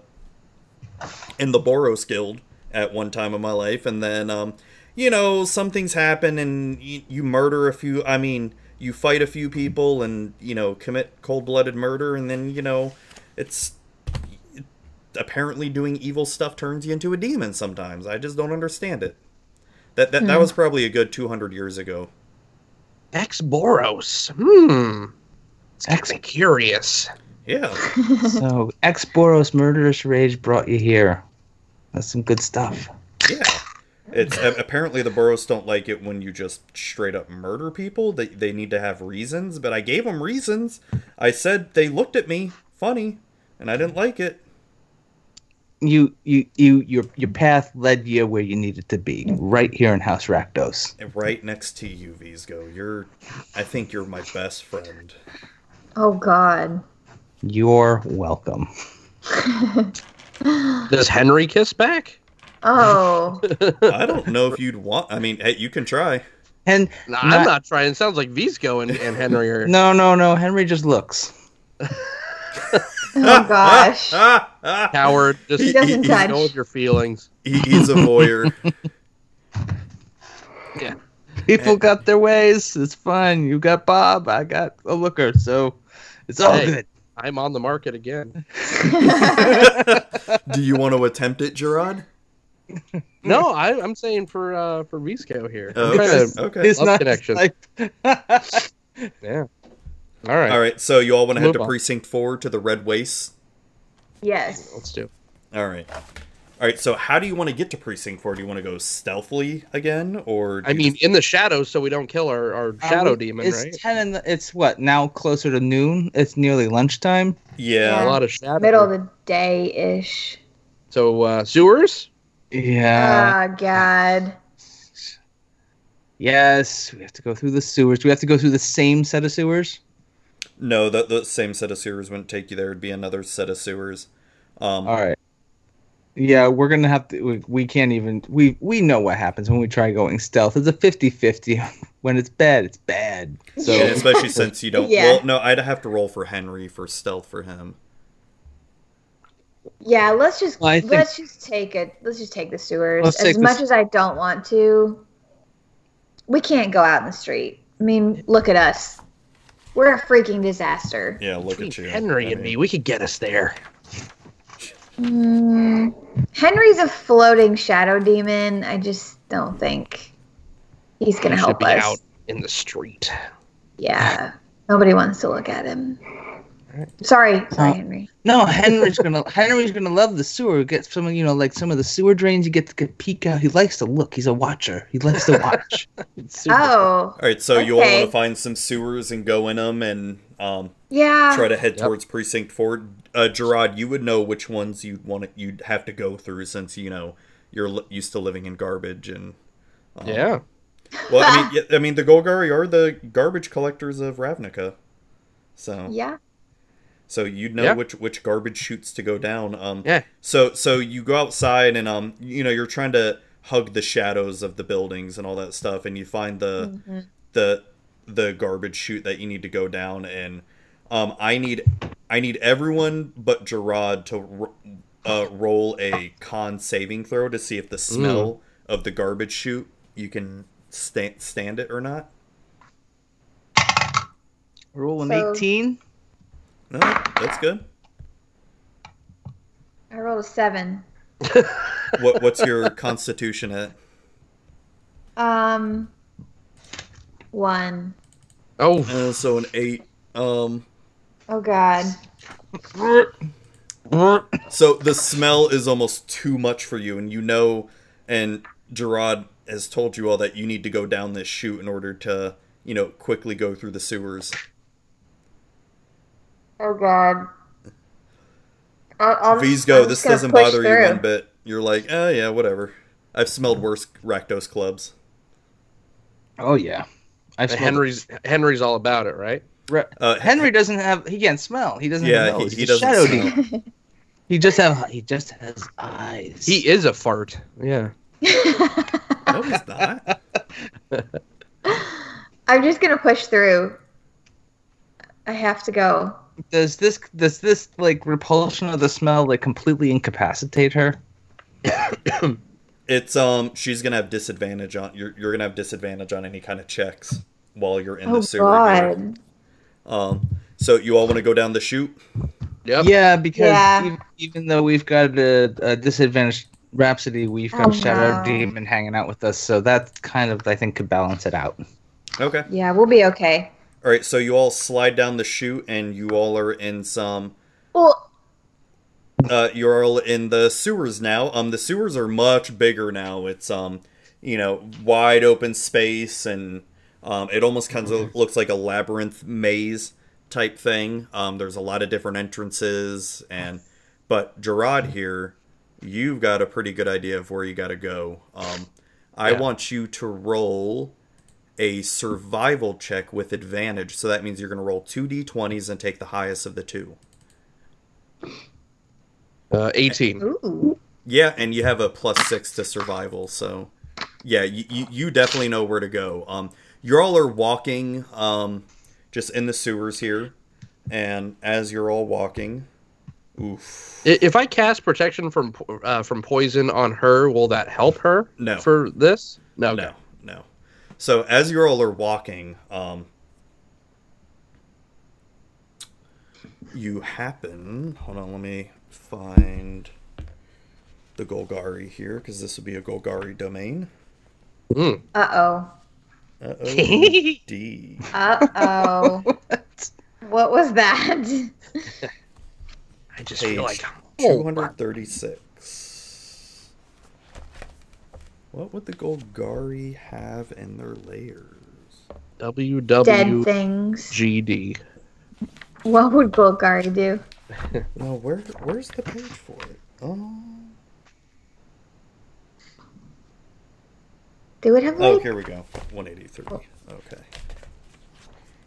S1: in the Boros Guild at one time in my life, and then um, you know some things happen, and you, you murder a few. I mean, you fight a few people, and you know commit cold-blooded murder, and then you know it's apparently doing evil stuff turns you into a demon sometimes. I just don't understand it. That that, that was probably a good two hundred years ago.
S2: Ex Boros. Hmm. It's kind of curious.
S1: Yeah.
S6: so, ex Boros murderous rage brought you here. That's some good stuff.
S1: Yeah. It's a- apparently the Burrows don't like it when you just straight up murder people. They they need to have reasons, but I gave them reasons. I said they looked at me funny, and I didn't like it.
S6: You, you, you, your, your path led you where you needed to be, right here in House Rakdos.
S1: And Right next to you, Visgo. You're, I think you're my best friend.
S3: Oh God.
S6: You're welcome.
S2: Does Henry kiss back?
S3: Oh.
S1: I don't know if you'd want. I mean, hey, you can try.
S6: And
S2: Nah, I'm
S6: Not-
S2: not trying. It sounds like Visco and, and Henry are.
S6: no, no, no, Henry just looks.
S3: Oh gosh.
S1: Ah, ah, ah.
S2: Coward. Just
S1: He
S3: doesn't
S2: you
S3: touch.
S2: know with your feelings.
S1: He, he's a voyeur.
S6: People got their ways. It's fine. You got Bob. I got a looker. So it's all
S2: Hey.
S6: good.
S2: I'm on the market again.
S1: Do you want to attempt it, Gerard?
S2: No, I, I'm saying for uh, for Visco here.
S1: Oh,
S2: I'm trying
S1: okay.
S2: to-
S1: okay.
S6: It's
S2: Love
S6: not
S2: connection.
S6: like-
S2: all right.
S1: All right. So you all want to head
S2: Move
S1: to
S2: on.
S1: precinct four to the Red Waste.
S3: yes.
S2: Let's do. it.
S1: All right. All right. So, how do you want to get to precinct four? Do you want to go stealthily again, or do
S2: I
S1: you
S2: mean,
S1: just-
S2: in the shadows, so we don't kill our, our shadow
S6: Um,
S2: demon,
S6: It's
S2: right?
S6: ten. In the, it's what now? Closer to noon. It's nearly lunchtime.
S1: yeah,
S2: A lot of shadow.
S3: Middle of the day ish.
S2: So uh, sewers.
S6: Yeah.
S3: Oh God.
S6: yes, we have to go through the sewers. Do we have to go through the same set of sewers?
S1: no, the, the same set of sewers wouldn't take you there. It'd be another set of sewers. Um,
S6: All right. Yeah, we're gonna have to. We, we can't even. We we know what happens when we try going stealth. It's a 50-50. When it's bad, it's bad. So
S1: and especially since you don't.
S3: Yeah.
S1: Well, no, I'd have to roll for Henry for stealth for him.
S3: Yeah. Let's just
S6: Well, I think-
S3: let's just take it. Let's just take the sewers.
S6: Let's take
S3: as
S6: the
S3: much
S6: s-
S3: as I don't want to, we can't go out in the street. I mean, look at us. We're a freaking disaster.
S1: Yeah, look
S2: Between
S1: at you,
S2: Henry
S1: I
S2: and me,
S1: mean,
S2: we could get us there.
S3: Mm, Henry's a floating shadow demon. I just don't think he's gonna
S2: He should
S3: help
S2: be
S3: us.
S2: out in the street.
S3: Yeah. Nobody wants to look at him. Sorry, sorry,
S6: Uh,
S3: Henry.
S6: no, Henry's gonna Henry's gonna love the sewer. Get some, you know, like some of the sewer drains. You get to get peek out. He likes to look. He's a watcher. He likes to watch. It's super-
S3: Oh,
S1: All right, so you all
S3: Okay.
S1: want to find some sewers and go in them and um,
S3: yeah.
S1: try to head
S2: Yep.
S1: towards precinct four. Uh, Gerard, you would know which ones you'd want to, you'd have to go through since you know you're li- used to living in garbage and um,
S2: Yeah.
S1: Well, I mean, yeah, I mean, the Golgari are the garbage collectors of Ravnica, so
S3: Yeah.
S1: so you'd know
S2: Yeah.
S1: which which garbage chutes to go down. Um,
S2: Yeah.
S1: So so you go outside and um, you know, you're trying to hug the shadows of the buildings and all that stuff, and you find the
S3: Mhm.
S1: the the garbage chute that you need to go down, and um, I need I need everyone but Gerard to ro- uh, roll a con saving throw to see if the smell of the garbage chute you can stand stand it or not.
S6: Roll an
S3: So-
S6: eighteen.
S1: No, that's good.
S3: I rolled a seven.
S1: What what's your constitution at?
S3: Um, One.
S2: Oh,
S1: Uh, so an eight. Um,
S3: Oh God.
S1: so the smell is almost too much for you, and you know, and Gerard has told you all that you need to go down this chute in order to, you know, quickly go through the sewers.
S3: Oh God. I'll, I'll just- I'm
S1: Visgo,
S3: just
S1: this
S3: gonna
S1: doesn't
S3: push
S1: bother
S3: through.
S1: you one bit. You're like, oh yeah, whatever. I've smelled worse Rakdos clubs.
S6: Oh yeah, I smell
S2: Henry's Henry's all about it, right?
S6: Re-
S1: Uh,
S6: Henry doesn't have. He can't smell. He doesn't.
S1: yeah,
S6: have a
S1: he,
S6: nose.
S1: he
S6: He's a
S1: doesn't.
S6: shadow
S1: smell.
S6: demon. He just have. He just has eyes.
S2: He is a fart. Yeah.
S1: No, he's not.
S3: I'm just gonna push through. I have to go.
S6: does this. Does this like repulsion of the smell like completely incapacitate her?
S1: It's um, she's gonna have disadvantage on you're you're gonna have disadvantage on any kind of checks while you're in
S3: oh
S1: the sewer. here.
S3: God.
S1: Um, so you all want to go down the chute?
S2: Yep.
S6: Yeah, because
S3: Yeah.
S6: Even, even though we've got a, a disadvantaged Rhapsody, we've got
S3: Oh,
S6: Shadow
S3: no.
S6: Demon hanging out with us, so that kind of I think could balance it out.
S1: Okay.
S3: Yeah, we'll be okay.
S1: All right. So you all slide down the chute, and you all are in some.
S3: Well,
S1: Uh, you're all in the sewers now. Um, the sewers are much bigger now. It's um, you know, wide open space, and um, it almost kind of looks like a labyrinth maze type thing. Um, there's a lot of different entrances, and but Gerard here, you've got a pretty good idea of where you got to go. Um, I
S6: Yeah.
S1: want you to roll a survival check with advantage. So that means you're going to roll two d20s and take the highest of the two.
S2: Uh, 18.
S3: ooh.
S1: Yeah, and you have a plus six to survival, so yeah, you, you, you definitely know where to go. Um, you all are walking, um, just in the sewers here, and as you're all walking, oof,
S2: I- If I cast protection from po- uh, from poison on her, will that help her?
S1: No.
S2: For this? No.
S1: no, no. So as you all are walking, um, you happen. Hold on, let me find the Golgari here because this would be a Golgari domain.
S3: Uh oh.
S1: Uh oh, D.
S3: Uh oh. what was that?
S2: I just
S1: page
S2: feel like. Oh, my-
S1: 236. What would the Golgari have in their layers?
S3: Dead
S2: WWGD.
S3: things. What would Golgari do?
S1: No, where where's the page for it? Oh,
S3: They would have
S1: oh
S3: like
S1: here we go. 183.
S2: Oh.
S1: Okay.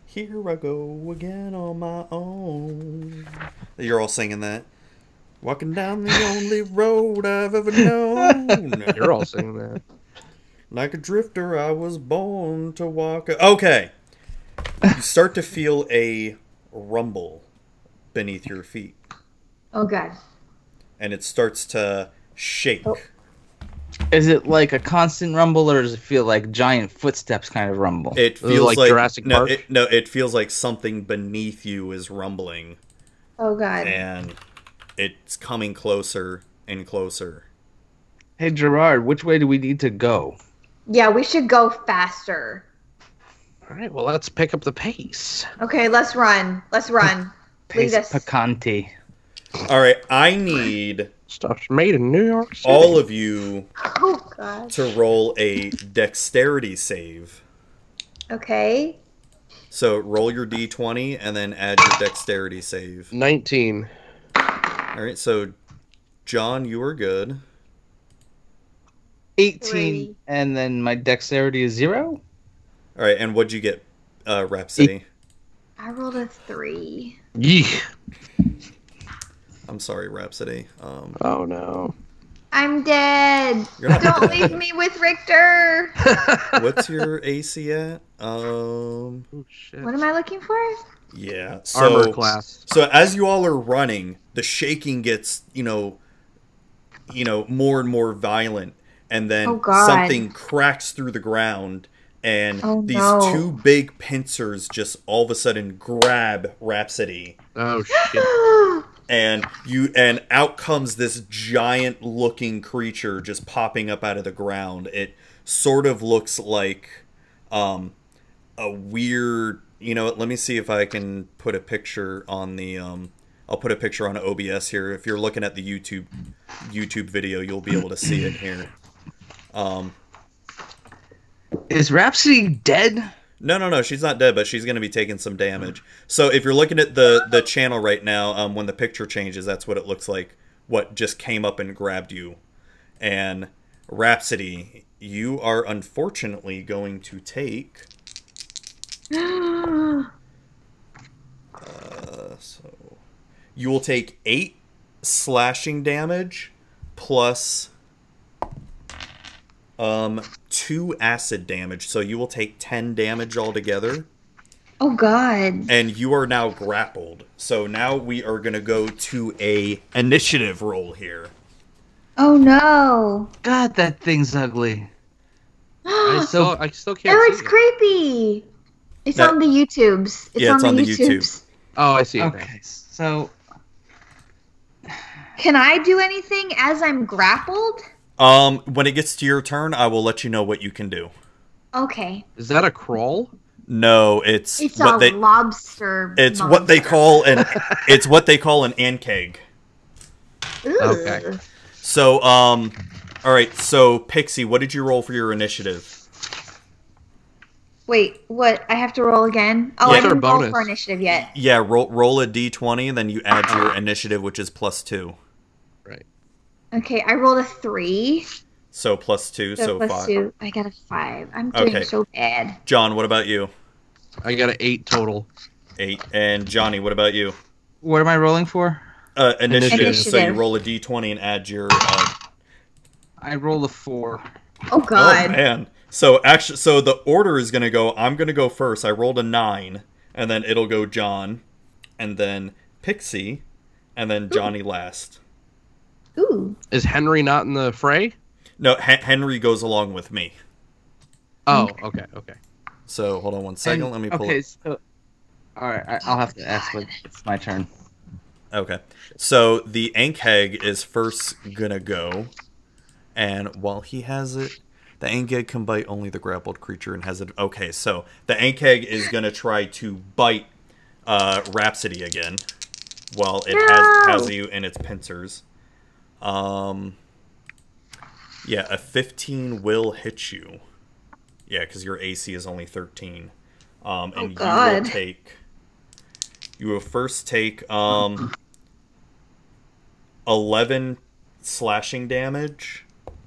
S1: Here I go again on my own. You're all singing that. Walking down the only road I've ever known.
S2: You're all saying that.
S1: Like a drifter, I was born to walk. A- okay. You start to feel a rumble beneath your feet,
S3: oh god.
S1: and it starts to shake.
S6: Is it like a constant rumble, or does it feel like giant footsteps kind of rumble?
S1: It
S2: Is it
S1: feels
S2: like Jurassic
S1: no,
S2: Park?
S1: It, no, it feels like something beneath you is rumbling,
S3: Oh god.
S1: and it's coming closer and closer.
S6: hey Gerard, which way do we need to go?
S3: Yeah, we should go faster.
S2: All right. Well, let's pick up the pace.
S3: Okay, let's run. Let's run. Lead
S6: Pace
S3: us.
S6: picante.
S1: All right, I need
S2: Stuff's made in New York City.
S1: all of you
S3: Oh god.
S1: to roll a dexterity save.
S3: Okay.
S1: So roll your d20 and then add your dexterity save.
S2: 19.
S1: All right, so John, you were good.
S6: 18,
S3: Three.
S6: and then my dexterity is zero.
S1: All right, and what'd you get, uh, Rhapsody?
S3: I rolled a three.
S2: Yeeh.
S1: I'm sorry, Rhapsody. Um,
S2: Oh, no.
S3: I'm dead.
S1: you're not
S3: Don't
S1: dead.
S3: leave me with Richter.
S1: What's your AC at? Um,
S2: Oh, shit.
S3: What am I looking for?
S1: yeah, so,
S2: Armor class.
S1: So as you all are running, the shaking gets you know, you know, more and more violent, and then
S3: Oh, God.
S1: something cracks through the ground, and
S3: Oh,
S1: these
S3: no.
S1: two big pincers just all of a sudden grab Rhapsody.
S2: Oh, shit.
S1: and you and out comes this giant looking creature just popping up out of the ground it sort of looks like um a weird. You know, what, let me see if I can put a picture on the. Um, I'll put a picture on OBS here. If you're looking at the YouTube YouTube video, you'll be able to see it here. Um,
S4: Is Rhapsody dead?
S1: no, no, no. She's not dead, but she's going to be taking some damage. So if you're looking at the the channel right now, um, when the picture changes, that's what it looks like. What just came up and grabbed you, and Rhapsody, you are unfortunately going to take.
S3: Oh,
S1: Uh, so you will take eight slashing damage plus um two acid damage so you will take 10 damage altogether
S3: Oh God.
S1: and you are now grappled so now we are going to go to a initiative roll here
S3: Oh no.
S6: God, that thing's ugly.
S2: I
S3: oh,
S2: still, I still can't.
S3: it's
S2: see it.
S3: creepy. It's
S1: That-
S3: on the YouTubes. It's
S1: Yeah,
S3: on
S1: it's
S3: the
S1: on the YouTube.
S3: YouTubes.
S2: Oh, I see it. now.
S6: Okay, so
S3: Can I do anything as I'm grappled?
S1: um when it gets to your turn i will let you know what you can do
S3: Okay.
S2: Is that a crawl?
S1: no it's,
S3: It's
S1: what
S3: a
S1: they
S3: lobster.
S1: it's what they
S3: monster.
S1: call an it's what they call an ankeg
S3: Ooh.
S2: Okay.
S1: so um all right so pixie what did you roll for your initiative
S3: Wait, what? I have to roll again?
S1: Yeah.
S3: Oh, I
S1: What's
S2: our
S3: didn't roll
S2: bonus?
S3: for initiative yet.
S1: yeah roll roll a d20 then you add your initiative which is plus 2
S3: Okay, I rolled a three.
S1: so plus 2
S3: So,
S1: so,
S3: plus
S1: five
S3: two. I got a five. I'm doing
S1: Okay.
S3: so bad.
S1: john what about you
S2: I got an eight total.
S1: 8 and johnny what about you
S6: what am I rolling for?
S1: Uh, initiative.
S3: Initiative.
S1: So you roll a d20 and add your. Uh,
S6: I roll a four.
S3: Oh
S1: oh
S3: God.
S1: man. So actually, so the order is gonna go. I'm gonna go first. I rolled a nine, and then it'll go John, and then Pixie, and then Johnny last.
S3: Ooh.
S2: Is Henry not in the fray?
S1: No, Hen Henry goes along with me.
S2: Oh, okay, okay.
S1: So hold on one second.
S6: And-
S1: Let me pull.
S6: Okay,
S1: it.
S6: so all right, I, I'll have to ask, but it's my turn.
S1: Okay. So the Ankheg is first gonna go, and while he has it, the Ankheg can bite only the grappled creature and has it. Okay, so the Ankheg is gonna try to bite uh, Rhapsody again, while it has
S3: No.
S1: has you in its pincers. Um. Yeah, a 15 will hit you. Yeah, because your AC is only 13. Um, and you
S3: Oh, God.
S1: will take. You will first take um, 11 slashing damage,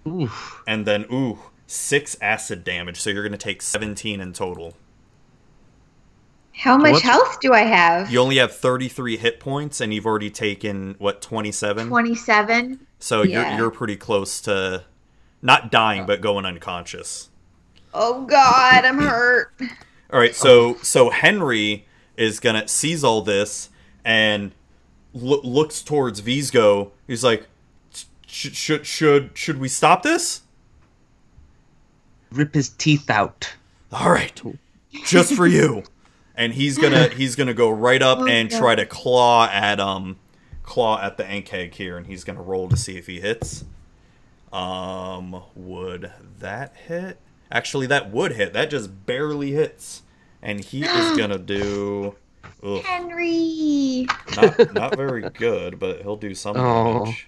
S2: Oof.
S1: and then, ooh, 6 acid damage. So you're going to take 17 in total.
S3: How much
S2: What's-
S3: health do I have?
S1: You only have 33 hit points, and you've already taken, what, 27?
S3: Twenty-seven.
S1: So
S3: yeah.
S1: you're, you're pretty close to not dying, but going unconscious.
S3: Oh God, I'm hurt.
S1: All right, so so Henry is gonna sees all this and loo- looks towards Visgo. He's like, "Sh- should should should we stop this?
S6: Rip his teeth out.
S1: All right, just for you. And he's gonna he's gonna go right up
S3: Oh,
S1: and
S3: God.
S1: try to claw at um claw at the Ankeg here, and he's gonna roll to see if he hits. Um, would that hit? Actually, that would hit. That just barely hits, and he is gonna do. Ugh.
S3: Henry.
S1: not, not very good, but he'll do some
S2: Oh.
S1: damage.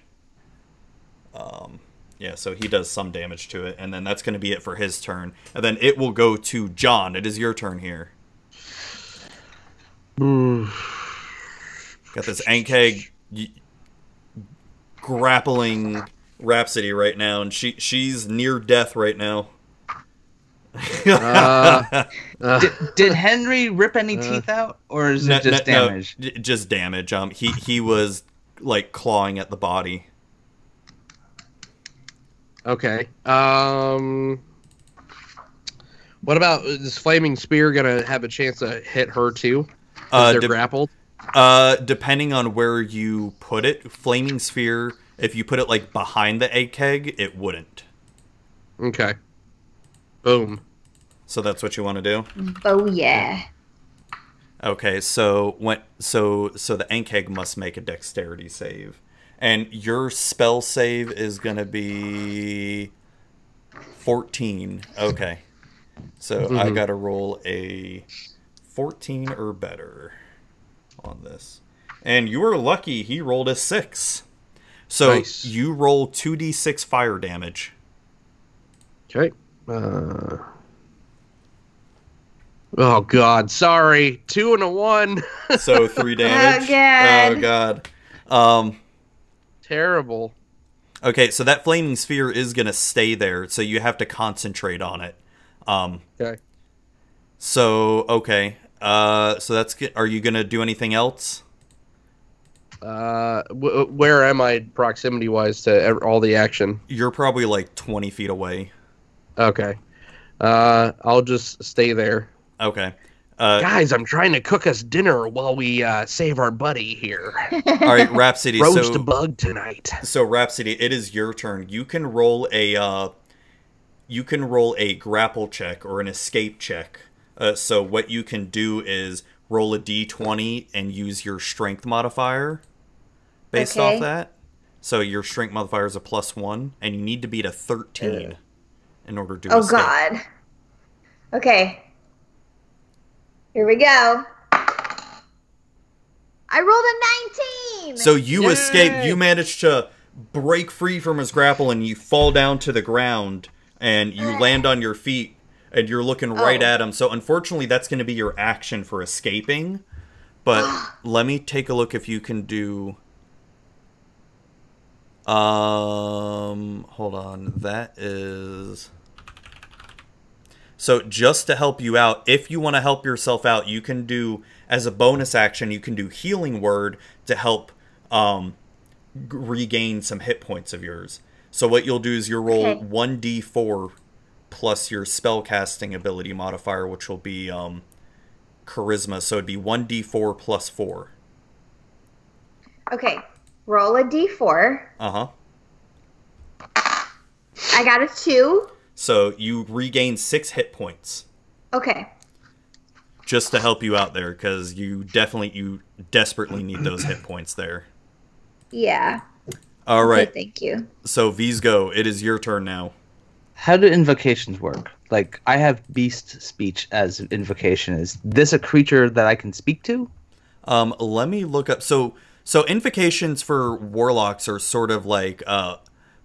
S1: Um, yeah, so he does some damage to it, and then that's going to be it for his turn. And then it will go to John. It is your turn here. Got this Ankeg y- grappling Rhapsody right now, and she she's near death right now.
S2: Uh, Uh,
S6: Did, did Henry rip any
S2: Uh,
S6: teeth out, or is
S1: No-
S6: it just
S1: no- no,
S6: damage?
S1: j- just damage. Um, he he was like clawing at the body.
S2: okay. Um. What about is flaming spear gonna have a chance to hit her too? 'Cause
S1: Uh,
S2: they're
S1: de-
S2: grappled.
S1: Uh, depending on where you put it, flaming sphere. If you put it like behind the egg keg, it wouldn't.
S2: Okay. Boom.
S1: So that's what you want to do.
S3: Oh yeah.
S1: Okay, so when so so the egg keg must make a dexterity save, and your spell save is gonna be fourteen. Okay, So I
S2: Mhm.
S1: got to roll a 14 or better on this. And you were lucky he rolled a 6. So
S2: Nice.
S1: you roll 2d6 fire damage.
S2: Okay. Uh, oh God, sorry. Two and a one.
S1: So 3 damage.
S3: God.
S1: Oh, God. Um,
S2: Terrible.
S1: okay, so that flaming sphere is going to stay there. So you have to concentrate on it. Um,
S2: Okay.
S1: So, okay. Uh, so that's good. Are you going to do anything else?
S2: Uh, w- where am I proximity wise to ev- all the action?
S1: You're probably like 20 feet away.
S2: Okay. Uh, I'll just stay there.
S1: Okay. Uh,
S2: Guys, I'm trying to cook us dinner while we uh, save our buddy here.
S1: all right, Rhapsody. so,
S2: Roast a bug tonight.
S1: So Rhapsody, it is your turn. You can roll a uh, you can roll a grapple check or an escape check. Uh, so what you can do is roll a d20 and use your strength modifier based
S3: Okay.
S1: off that. So your strength modifier is a plus one, and you need to beat a thirteen in order to.
S3: Oh
S1: escape.
S3: God. Okay. Here we go. I rolled a 19.
S1: So you escape. You manage to break free from his grapple, and you fall down to the ground, and you land on your feet, and you're looking right
S3: Oh.
S1: at him. So unfortunately, that's going to be your action for escaping. But let me take a look if you can do. Um, hold on. That is. So just to help you out, if you want to help yourself out, you can do as a bonus action, you can do healing word to help um, g- regain some hit points of yours. So what you'll do is you roll
S3: Okay.
S1: one d4 plus your spellcasting ability modifier, which will be um, charisma. So it'd be one d4 plus four.
S3: okay. Roll a d4.
S1: Uh huh.
S3: I got a two.
S1: So you regain six hit points
S3: Okay.
S1: just to help you out there because you definitely you desperately need those hit points there.
S3: Yeah.
S1: All
S3: Okay,
S1: right.
S3: thank you.
S1: So Vizgo, it is your turn now.
S6: How do invocations work? Like I have beast speech as an invocation. Is this a creature that I can speak to?
S1: Um, let me look up. So, so invocations for warlocks are sort of like, uh,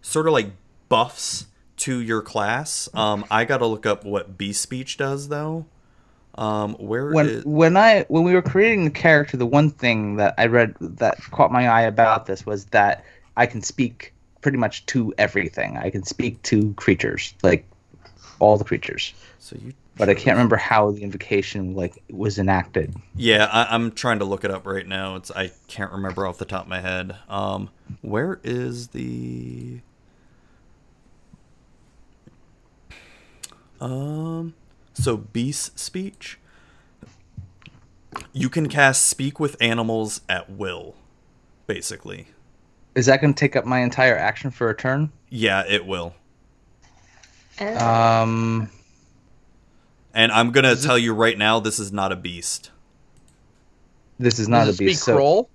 S1: sort of like buffs to your class. Um, I gotta look up what beast speech does though. Um, where
S6: when
S1: it-
S6: when I when we were creating the character, the one thing that I read that caught my eye about this was that I can speak pretty much to everything. I can speak to creatures, like all the creatures,
S1: so you?
S6: but I can't remember how the invocation like was enacted.
S1: Yeah, I, I'm trying to look it up right now. It's I can't remember off the top of my head. Um, where is the? Um, so beast speech. You can cast speak with animals at will, basically.
S6: Is that going to take up my entire action for a turn?
S1: Yeah, it will.
S6: Uh,
S3: Oh.
S6: Um,
S1: And I'm gonna tell you right now, this is not a beast.
S6: this is not
S2: Does
S6: a
S2: it
S6: beast.
S2: Speak
S6: so
S2: roll.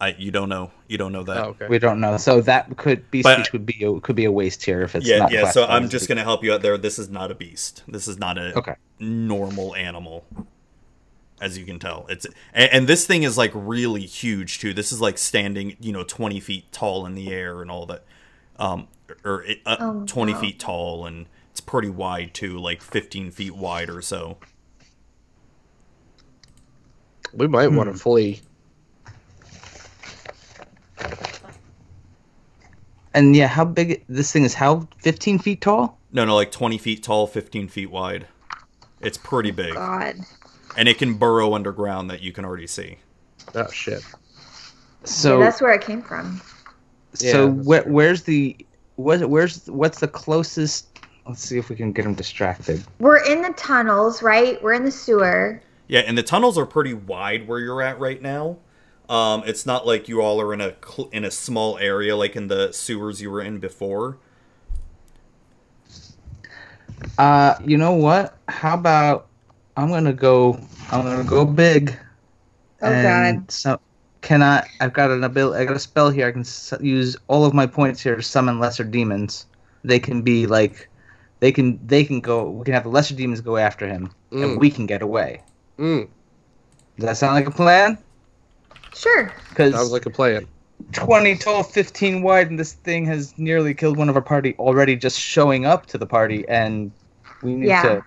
S1: I you don't know you don't know that.
S2: Oh, okay.
S6: We don't know. So that could beast
S1: But-
S6: speech would be a, could be a waste here if it's
S1: yeah,
S6: not.
S1: yeah. So
S6: classified
S1: I'm
S6: as
S1: just
S6: beast.
S1: gonna help you out there. This is not a beast. This is not a
S6: Okay.
S1: normal animal, as you can tell. It's and, and this thing is like really huge too. This is like standing, you know, 20 feet tall in the air and all that, um, or it, uh,
S3: Oh,
S1: 20
S3: no.
S1: feet tall and it's pretty wide too, like 15 feet wide or so.
S2: We might
S6: hmm.
S2: want to flee.
S6: And yeah, how big this thing is? How 15 feet tall?
S1: No, no, like 20 feet tall, 15 feet wide. It's pretty big,
S3: God.
S1: and it can burrow underground that you can already see.
S2: Oh shit.
S6: So
S3: yeah, that's where it came from.
S2: Yeah,
S6: so
S2: that's
S6: where,
S2: true.
S6: where's the what, where's what's the closest let's see if we can get him distracted
S3: We're in the tunnels, right? We're in the sewer.
S1: Yeah, and the tunnels are pretty wide where you're at right now. Um, it's not like you all are in a cl- in a small area like in the sewers you were in before.
S6: uh you know what how about i'm gonna go i'm gonna go big
S3: Oh,
S6: and so can i i've got an ability i got a spell here i can s- use all of my points here to summon lesser demons they can be like They can they can go. We can have the lesser demons go after him,
S2: Mm.
S6: and we can get away.
S2: Mm,
S6: Does that sound like a plan?
S3: Sure.
S2: sounds
S6: Because
S2: like a plan.
S6: 20 tall, 15 wide, and this thing has nearly killed one of our party already just showing up to the party, and we need
S3: Yeah.
S6: to.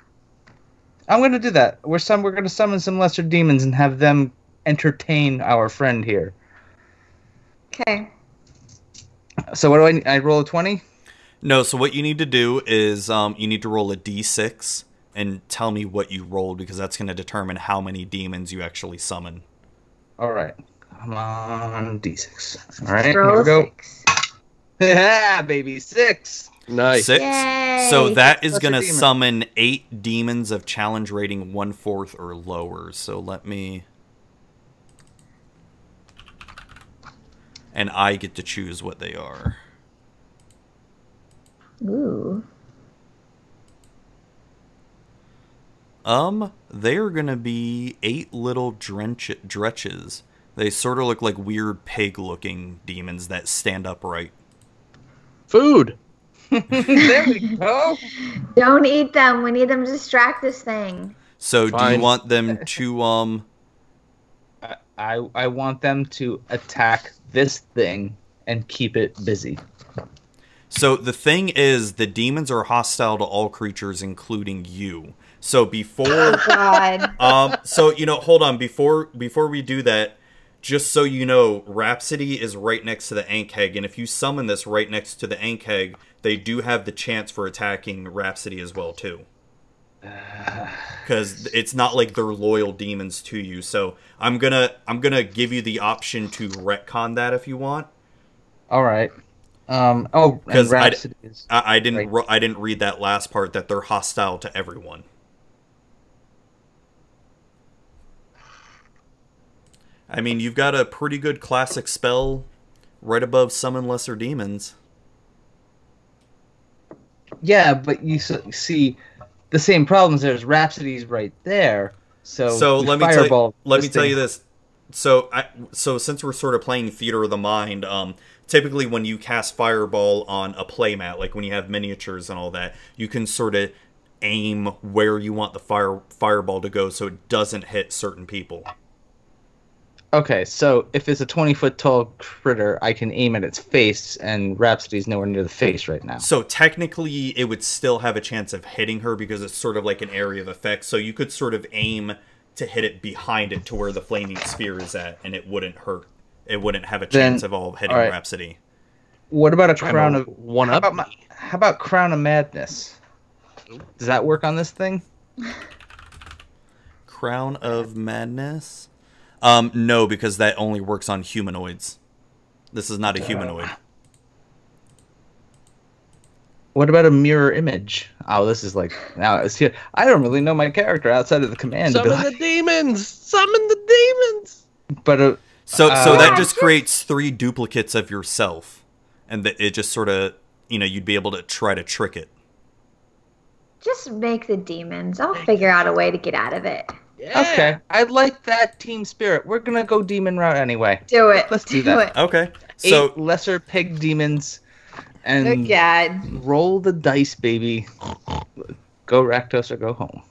S6: I'm going to do that. We're some. We're going to summon some lesser demons and have them entertain our friend here.
S3: Okay.
S6: So what do I? need- I roll a 20.
S1: No, so what you need to do is um, you need to roll a d6 and tell me what you rolled because that's going to determine how many demons you actually summon.
S6: All right. Come on, D6. All right.
S3: Roll
S6: here
S3: a
S6: we go.
S3: six.
S6: Yeah, baby, six.
S2: Nice.
S1: Six.
S3: Yay.
S1: So that is
S6: That's a
S1: going to
S6: demon.
S1: summon eight demons of challenge rating one fourth or lower. So let me. And I get to choose what they are.
S3: Ooh.
S1: Um, they are gonna be eight little drench dretches. They sort of look like weird pig-looking demons that stand upright.
S2: Food.
S6: there we go.
S3: Don't eat them. We need them to distract this thing.
S1: So, do
S2: Fine.
S1: you want them to um?
S6: I- I I want them to attack this thing and keep it busy.
S1: So the thing is, the demons are hostile to all creatures, including you. So before
S3: Oh, God.
S1: um so you know hold on before before we do that just so you know rhapsody is right next to the ankheg and if you summon this right next to the ankheg they do have the chance for attacking rhapsody as well too because it's not like they're loyal demons to you so i'm gonna i'm gonna give you the option to retcon that if you want
S6: All right. Um. Oh, and
S1: 'Cause I-
S6: Rhapsody is.
S1: i, I didn't
S6: Right.
S1: ro- i didn't read that last part that they're hostile to everyone I mean, you've got a pretty good classic spell right above summon lesser demons.
S6: Yeah, but you s- see, the same problems. There's Rhapsody's right there. So
S1: So
S6: we
S1: let me tell you,
S6: fireball
S1: let me
S6: this
S1: tell
S6: thing.
S1: you this. So I so since we're sort of playing theater of the mind, um, typically when you cast fireball on a playmat, like when you have miniatures and all that, you can sort of aim where you want the fire fireball to go so it doesn't hit certain people.
S6: Okay, so if it's a 20 foot tall critter, I can aim at its face, and Rhapsody's nowhere near the face right now.
S1: So technically, it would still have a chance of hitting her because it's sort of like an area of effect. So you could sort of aim to hit it behind it to where the flaming spear is at, and it wouldn't hurt. It wouldn't have a
S6: Then-
S1: chance of all hitting
S6: alright.
S1: Rhapsody.
S6: What about a crown of
S2: one
S6: How
S2: up.
S6: about, my, how about Crown of Madness? Does that work on this thing?
S1: Crown of Madness. Um, no, because that only works on humanoids. This is not a humanoid.
S6: What about a mirror image? Oh, this is like now it's here. I don't really know my character outside of the command,
S2: Summon
S6: ability,
S2: the demons. Summon the demons.
S6: but uh,
S1: So, so
S6: Uh,
S1: that
S3: Yeah,
S1: just
S3: just-
S1: creates three duplicates of yourself, and that it just sort of, you know, you'd be able to try to trick it.
S3: Just make the demons. I'll figure out a way to get out of it.
S2: Yeah.
S6: okay, I like that team spirit. We're gonna go demon route anyway.
S3: Do it.
S6: Let's do that.
S1: Okay.
S6: Eight
S1: So
S6: lesser pig demons,
S3: it.
S6: and
S3: Good Oh, God.
S6: roll the dice, baby. Go Rakdos or go home.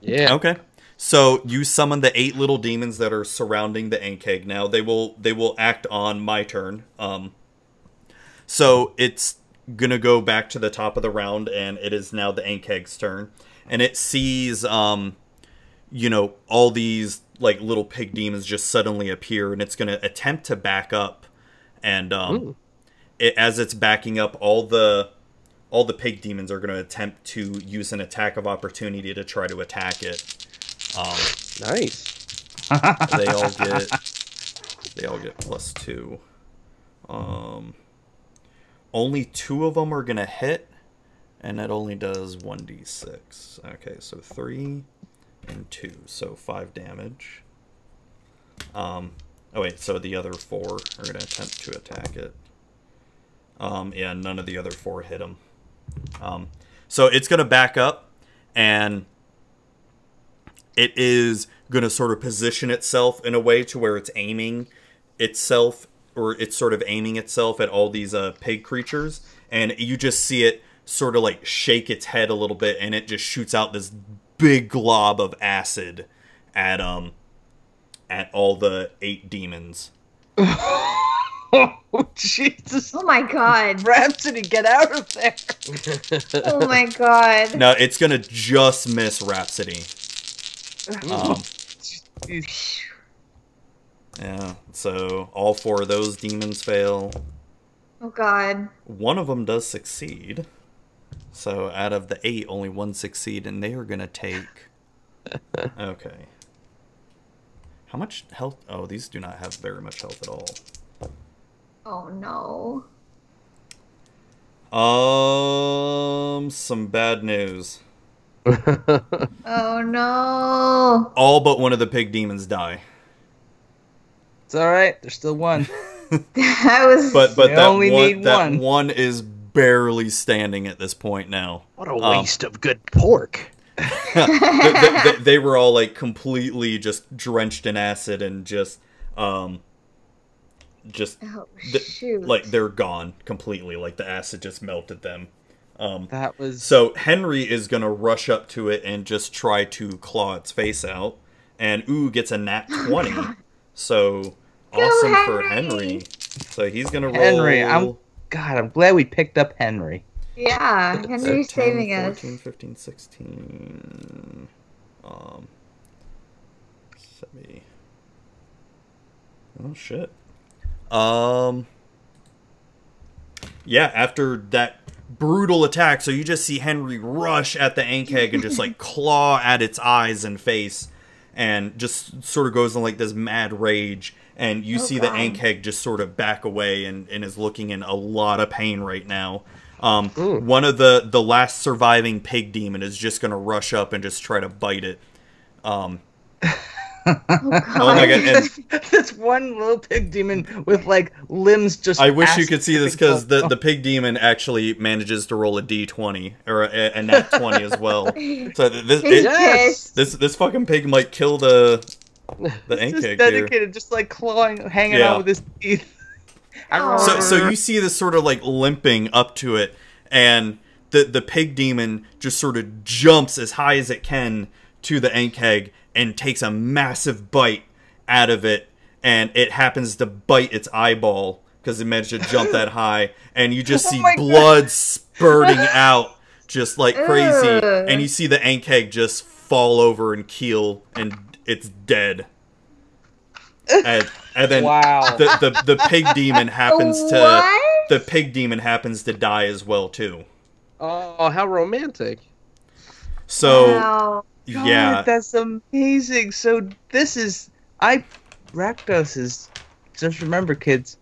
S2: Yeah.
S1: Okay. So you summon the eight little demons that are surrounding the Ankeg now. They will they will act on my turn. Um so it's gonna go back to the top of the round and it is now the Ankeg's turn. And it sees um you know, all these like little pig demons just suddenly appear and it's gonna attempt to back up and um it, as it's backing up all the all the pig demons are going to attempt to use an attack of opportunity to try to attack it. Um,
S2: Nice.
S1: they all get they all get plus two. Um, only two of them are going to hit, and that only does one d six. Okay, so three and two, so five damage. Um, oh wait, so the other four are going to attempt to attack it. Um, yeah, none of the other four hit him. Um, so it's going to back up and it is going to sort of position itself in a way to where it's aiming itself or it's sort of aiming itself at all these uh, pig creatures and you just see it sort of like shake its head a little bit and it just shoots out this big glob of acid at um at all the eight demons.
S6: oh, Jesus.
S3: Oh my god.
S6: Rhapsody, get out of there.
S3: Oh my god.
S1: No, it's gonna just miss Rhapsody. Um, yeah, so all four of those demons fail.
S3: Oh god.
S1: One of them does succeed. So out of the eight, only one succeed, and they are gonna take. Okay. How much health? Oh, these do not have very much health at all.
S3: Oh no.
S1: Um, some bad news.
S3: Oh no.
S1: All but one of the pig demons die.
S6: It's all right. There's still one.
S3: That was
S1: But but
S6: They
S1: that
S6: only
S1: one
S6: need
S1: that
S6: one.
S1: one is barely standing at this point now.
S4: What a
S1: Um,
S4: waste of good pork.
S1: they, they- they- they were all like completely just drenched in acid and just um just
S3: Oh
S1: the-
S3: shoot.
S1: like they're gone completely like the acid just melted them um
S6: That was.
S1: so henry is gonna rush up to it and just try to claw its face out and ooh gets a nat 20 so
S3: Go,
S1: awesome for
S3: Henry!
S1: henry so he's gonna roll
S6: Henry, I'm- God, I'm glad we picked up Henry.
S3: yeah,
S1: So
S3: Henry's
S1: 10,
S3: saving
S1: 14, 15, 16. Um, semi. Oh shit. Um. Yeah, after that brutal attack, so you just see Henry rush at the ankeg and just like claw at its eyes and face, and just sort of goes in like this mad rage. And you
S3: Oh,
S1: see
S3: God.
S1: the ankeg just sort of back away and, and is looking in a lot of pain right now. Um,
S2: Ooh.
S1: one of the the last surviving pig demon is just gonna rush up and just try to bite it. Um,
S3: us. Oh, god.
S1: oh my god! And
S6: this one little pig demon with like limbs just.
S1: I wish you
S6: acid
S1: could see this
S6: dripping
S1: because the
S6: off.
S1: the pig demon actually manages to roll a d twenty or a, a nat twenty as well. So th- this
S3: He's
S1: it,
S2: Yes.
S3: pissed.
S1: this this fucking pig might kill the the
S6: It's
S1: ink
S6: just
S1: kick here.
S6: dedicated, just like clawing, hanging
S1: Yeah.
S6: out with his teeth.
S3: Aw.
S1: So, so you see this sort of like limping up to it, and the the pig demon just sort of jumps as high as it can to the ink keg and takes a massive bite out of it, and it happens to bite its eyeball because it managed to jump that high, and you just see
S6: Oh my God.
S1: blood spurting out just like crazy,
S3: Ew.
S1: and you see the ink keg just fall over and keel, and it's dead. And, and then
S6: wow.
S1: the, the the pig demon happens to
S3: What?
S1: the pig demon happens to die as well too.
S2: Oh, how romantic.
S1: So
S3: Wow.
S6: God,
S1: yeah,
S6: that's amazing. So this is I Rakdos is just remember kids,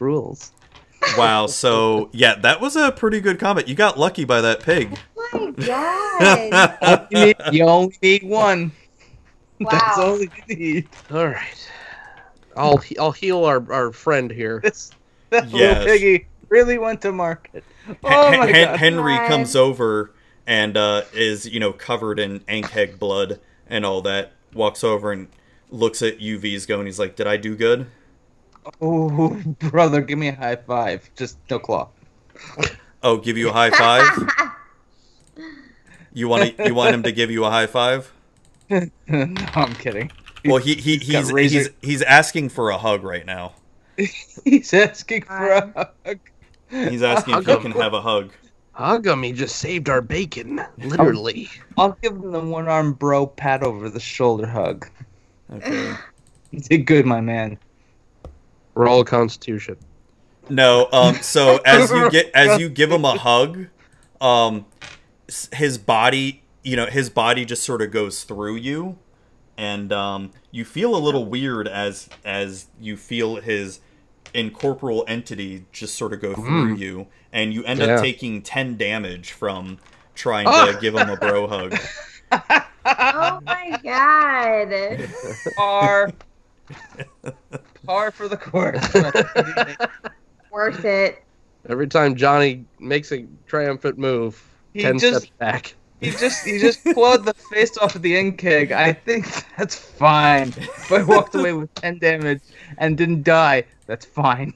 S6: rules.
S1: wow. So yeah, that was a pretty good combat. You got lucky by that pig.
S3: Oh my god.
S6: You, need- you only need one. That's
S3: wow.
S6: all you need.
S2: All right. I'll I'll heal our, our friend here.
S6: This that
S1: Yes.
S6: little piggy really went to market. Oh
S1: Hen-
S6: my
S1: Hen-
S6: god.
S1: Henry
S3: God.
S1: comes over and uh, is you know covered in Ankeg blood and all that. Walks over and looks at UV's going. He's like, "Did I do good?"
S6: Oh brother, give me a high five. Just no claw.
S1: Oh, give you a high five. You want to, you want him to give you a high five?
S6: no, I'm kidding.
S1: Well, he, he
S6: He's got
S1: he's
S6: razor-
S1: he's he's asking for a hug right now.
S6: He's asking for a hug.
S1: He's asking if he
S2: Hug
S1: can have a hug.
S2: Agami just saved our bacon, literally.
S6: I'll give him the one arm bro pat over the shoulder hug.
S1: Okay.
S6: You did good, my man.
S2: Roll Constitution.
S1: No. Um. So as you get as you give him a hug, um, s- his body, you know, his body just sort of goes through you, and um, you feel a little weird as as you feel his incorporeal entity just sort of go through you, and you end
S2: Mm. Yeah.
S1: up taking ten damage from trying
S2: Ah.
S1: to give him a bro hug.
S3: Oh my god.
S6: par, par for the course.
S3: Worth it.
S2: Every time Johnny makes a triumphant move,
S6: He
S2: ten
S6: just-
S2: steps back.
S6: he just he just clawed the face off of the end keg. I think that's fine. If I walked away with ten damage and didn't die, that's fine.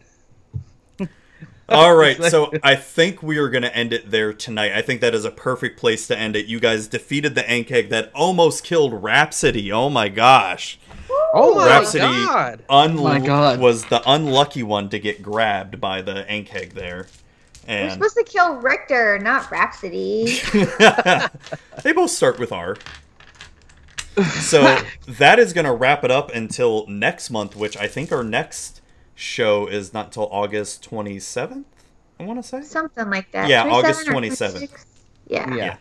S1: All right, so I think we are going to end it there tonight. I think that is a perfect place to end it. You guys defeated the Ankeg that almost killed Rhapsody. Oh my gosh.
S2: Oh my
S1: Rhapsody.
S2: god!
S1: Un-
S6: My God.
S1: was the unlucky one to get grabbed by the Ankeg there.
S3: We're
S1: And
S3: supposed to kill Richter, not Rhapsody.
S1: they both start with R. So that is going to wrap it up until next month, which I think our next show is not till August 27th, I want to say.
S3: Something like that.
S1: Yeah, August
S3: 27 or
S1: 27th.
S3: 26th. Yeah.
S6: yeah.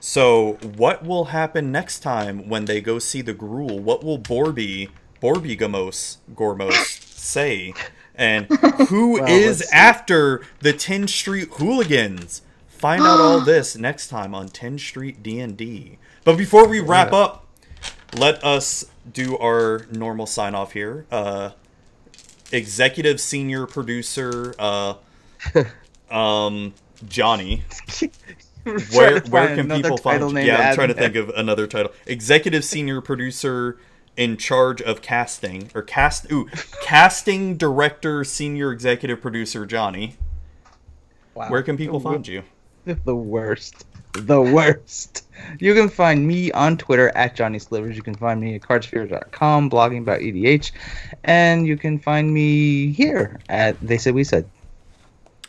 S1: So, what will happen next time when they go see the gruel? What will Borby, Borby Gamos, Gormos say? And who is
S6: Well, let's see.
S1: after the 10th Street Hooligans? Find out all this next time on 10th Street D&D. But before we wrap up, let us do our normal sign off here. Uh, executive senior producer uh, um, Johnny where where can people find you? Yeah, I'm trying to think of another title. Executive senior producer in charge of casting or cast ooh, casting director senior executive producer Johnny. Where can people
S2: Oh,
S1: find you?
S6: the worst. The worst. You can find me on Twitter at Johnny Slivers. You can find me at cardsphere.com, blogging about EDH. And you can find me here at They Said We Said.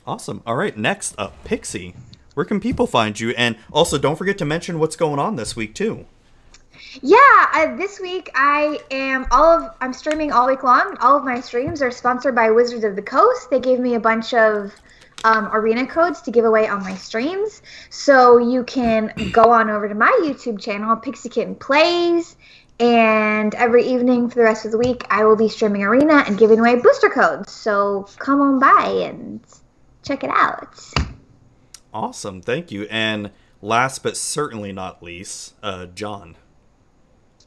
S1: Awesome. All right, next up Pixie. Where can people find you? And also don't forget to mention what's going on this week too.
S3: Yeah, uh, this week I am all of I'm streaming all week long. All of my streams are sponsored by Wizards of the Coast. They gave me a bunch of um, arena codes to give away on my streams, so you can go on over to my YouTube channel, Pixie Kitten Plays, and every evening for the rest of the week I will be streaming arena and giving away booster codes. So come on by and check it out.
S1: Awesome. Thank you. And last but certainly not least, uh, John.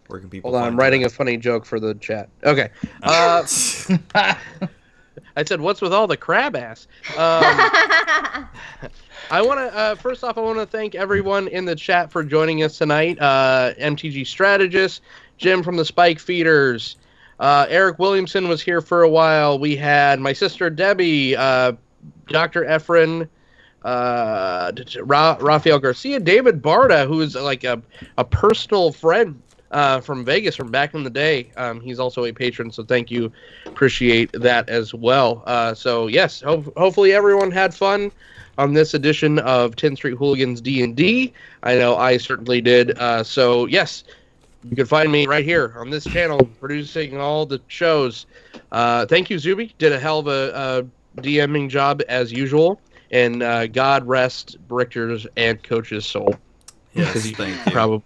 S1: Where can people
S2: Hold on,
S1: find
S2: I'm
S1: you?
S2: writing a funny joke for the chat. Okay. Uh, I said, "What's with all the crab ass?" Um, I want to uh, first off, I want to thank everyone in the chat for joining us tonight. Uh, MTG strategist Jim from the Spike Feeders, uh, Eric Williamson was here for a while. We had my sister Debbie, uh, Doctor Efren, uh, d- d- Ra- Rafael Garcia, David Barda, who is like a a personal friend. Uh, from Vegas, from back in the day, um, he's also a patron. So thank you, appreciate that as well. Uh, so yes, ho- hopefully everyone had fun on this edition of 10th Street Hooligans D&D. I know I certainly did. Uh, so, yes, you can find me right here on this channel producing all the shows. Uh, thank you, Zuby. Did a hell of a, a DMing job as usual. And uh, God rest Brichter's and Coach's soul.
S1: Yes, thank you.
S2: Probably.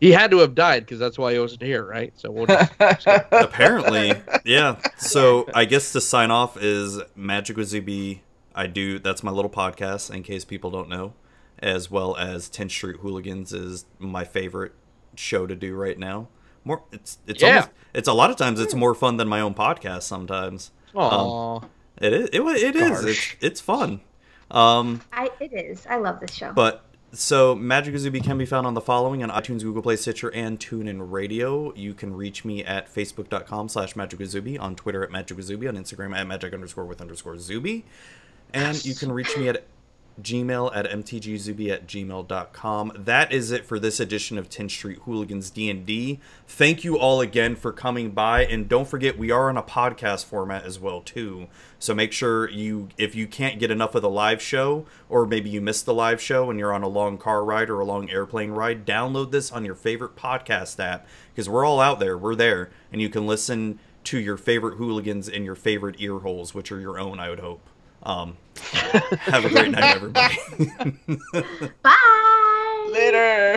S2: He had to have died because that's why he wasn't here, right? So we'll just
S1: apparently yeah so i guess to sign off is magic with zb i do that's my little podcast in case people don't know as well as 10th street hooligans is my favorite show to do right now more it's it's
S2: Yeah.
S1: almost, it's a lot of times it's more fun than my own podcast sometimes
S2: Aw.
S1: it is it, wa- it is it's,
S2: Gosh.
S1: it's fun um
S3: I, it is. I love this show.
S1: but so Magic Azubi can be found on the following on iTunes, Google Play, Stitcher, and TuneIn Radio. You can reach me at facebook.com slash Magic Azubi, on Twitter at Magic Azubi, on Instagram at Magic underscore with underscore Zubi. And you can reach me at gmail at mtgzubi at gmail.com that is it for this edition of 10th street hooligans d&d thank you all again for coming by and don't forget we are on a podcast format as well too so make sure you if you can't get enough of the live show or maybe you missed the live show and you're on a long car ride or a long airplane ride download this on your favorite podcast app because we're all out there we're there and you can listen to your favorite hooligans and your favorite ear holes which are your own i would hope um, have a great night everybody
S3: Bye.
S5: Later.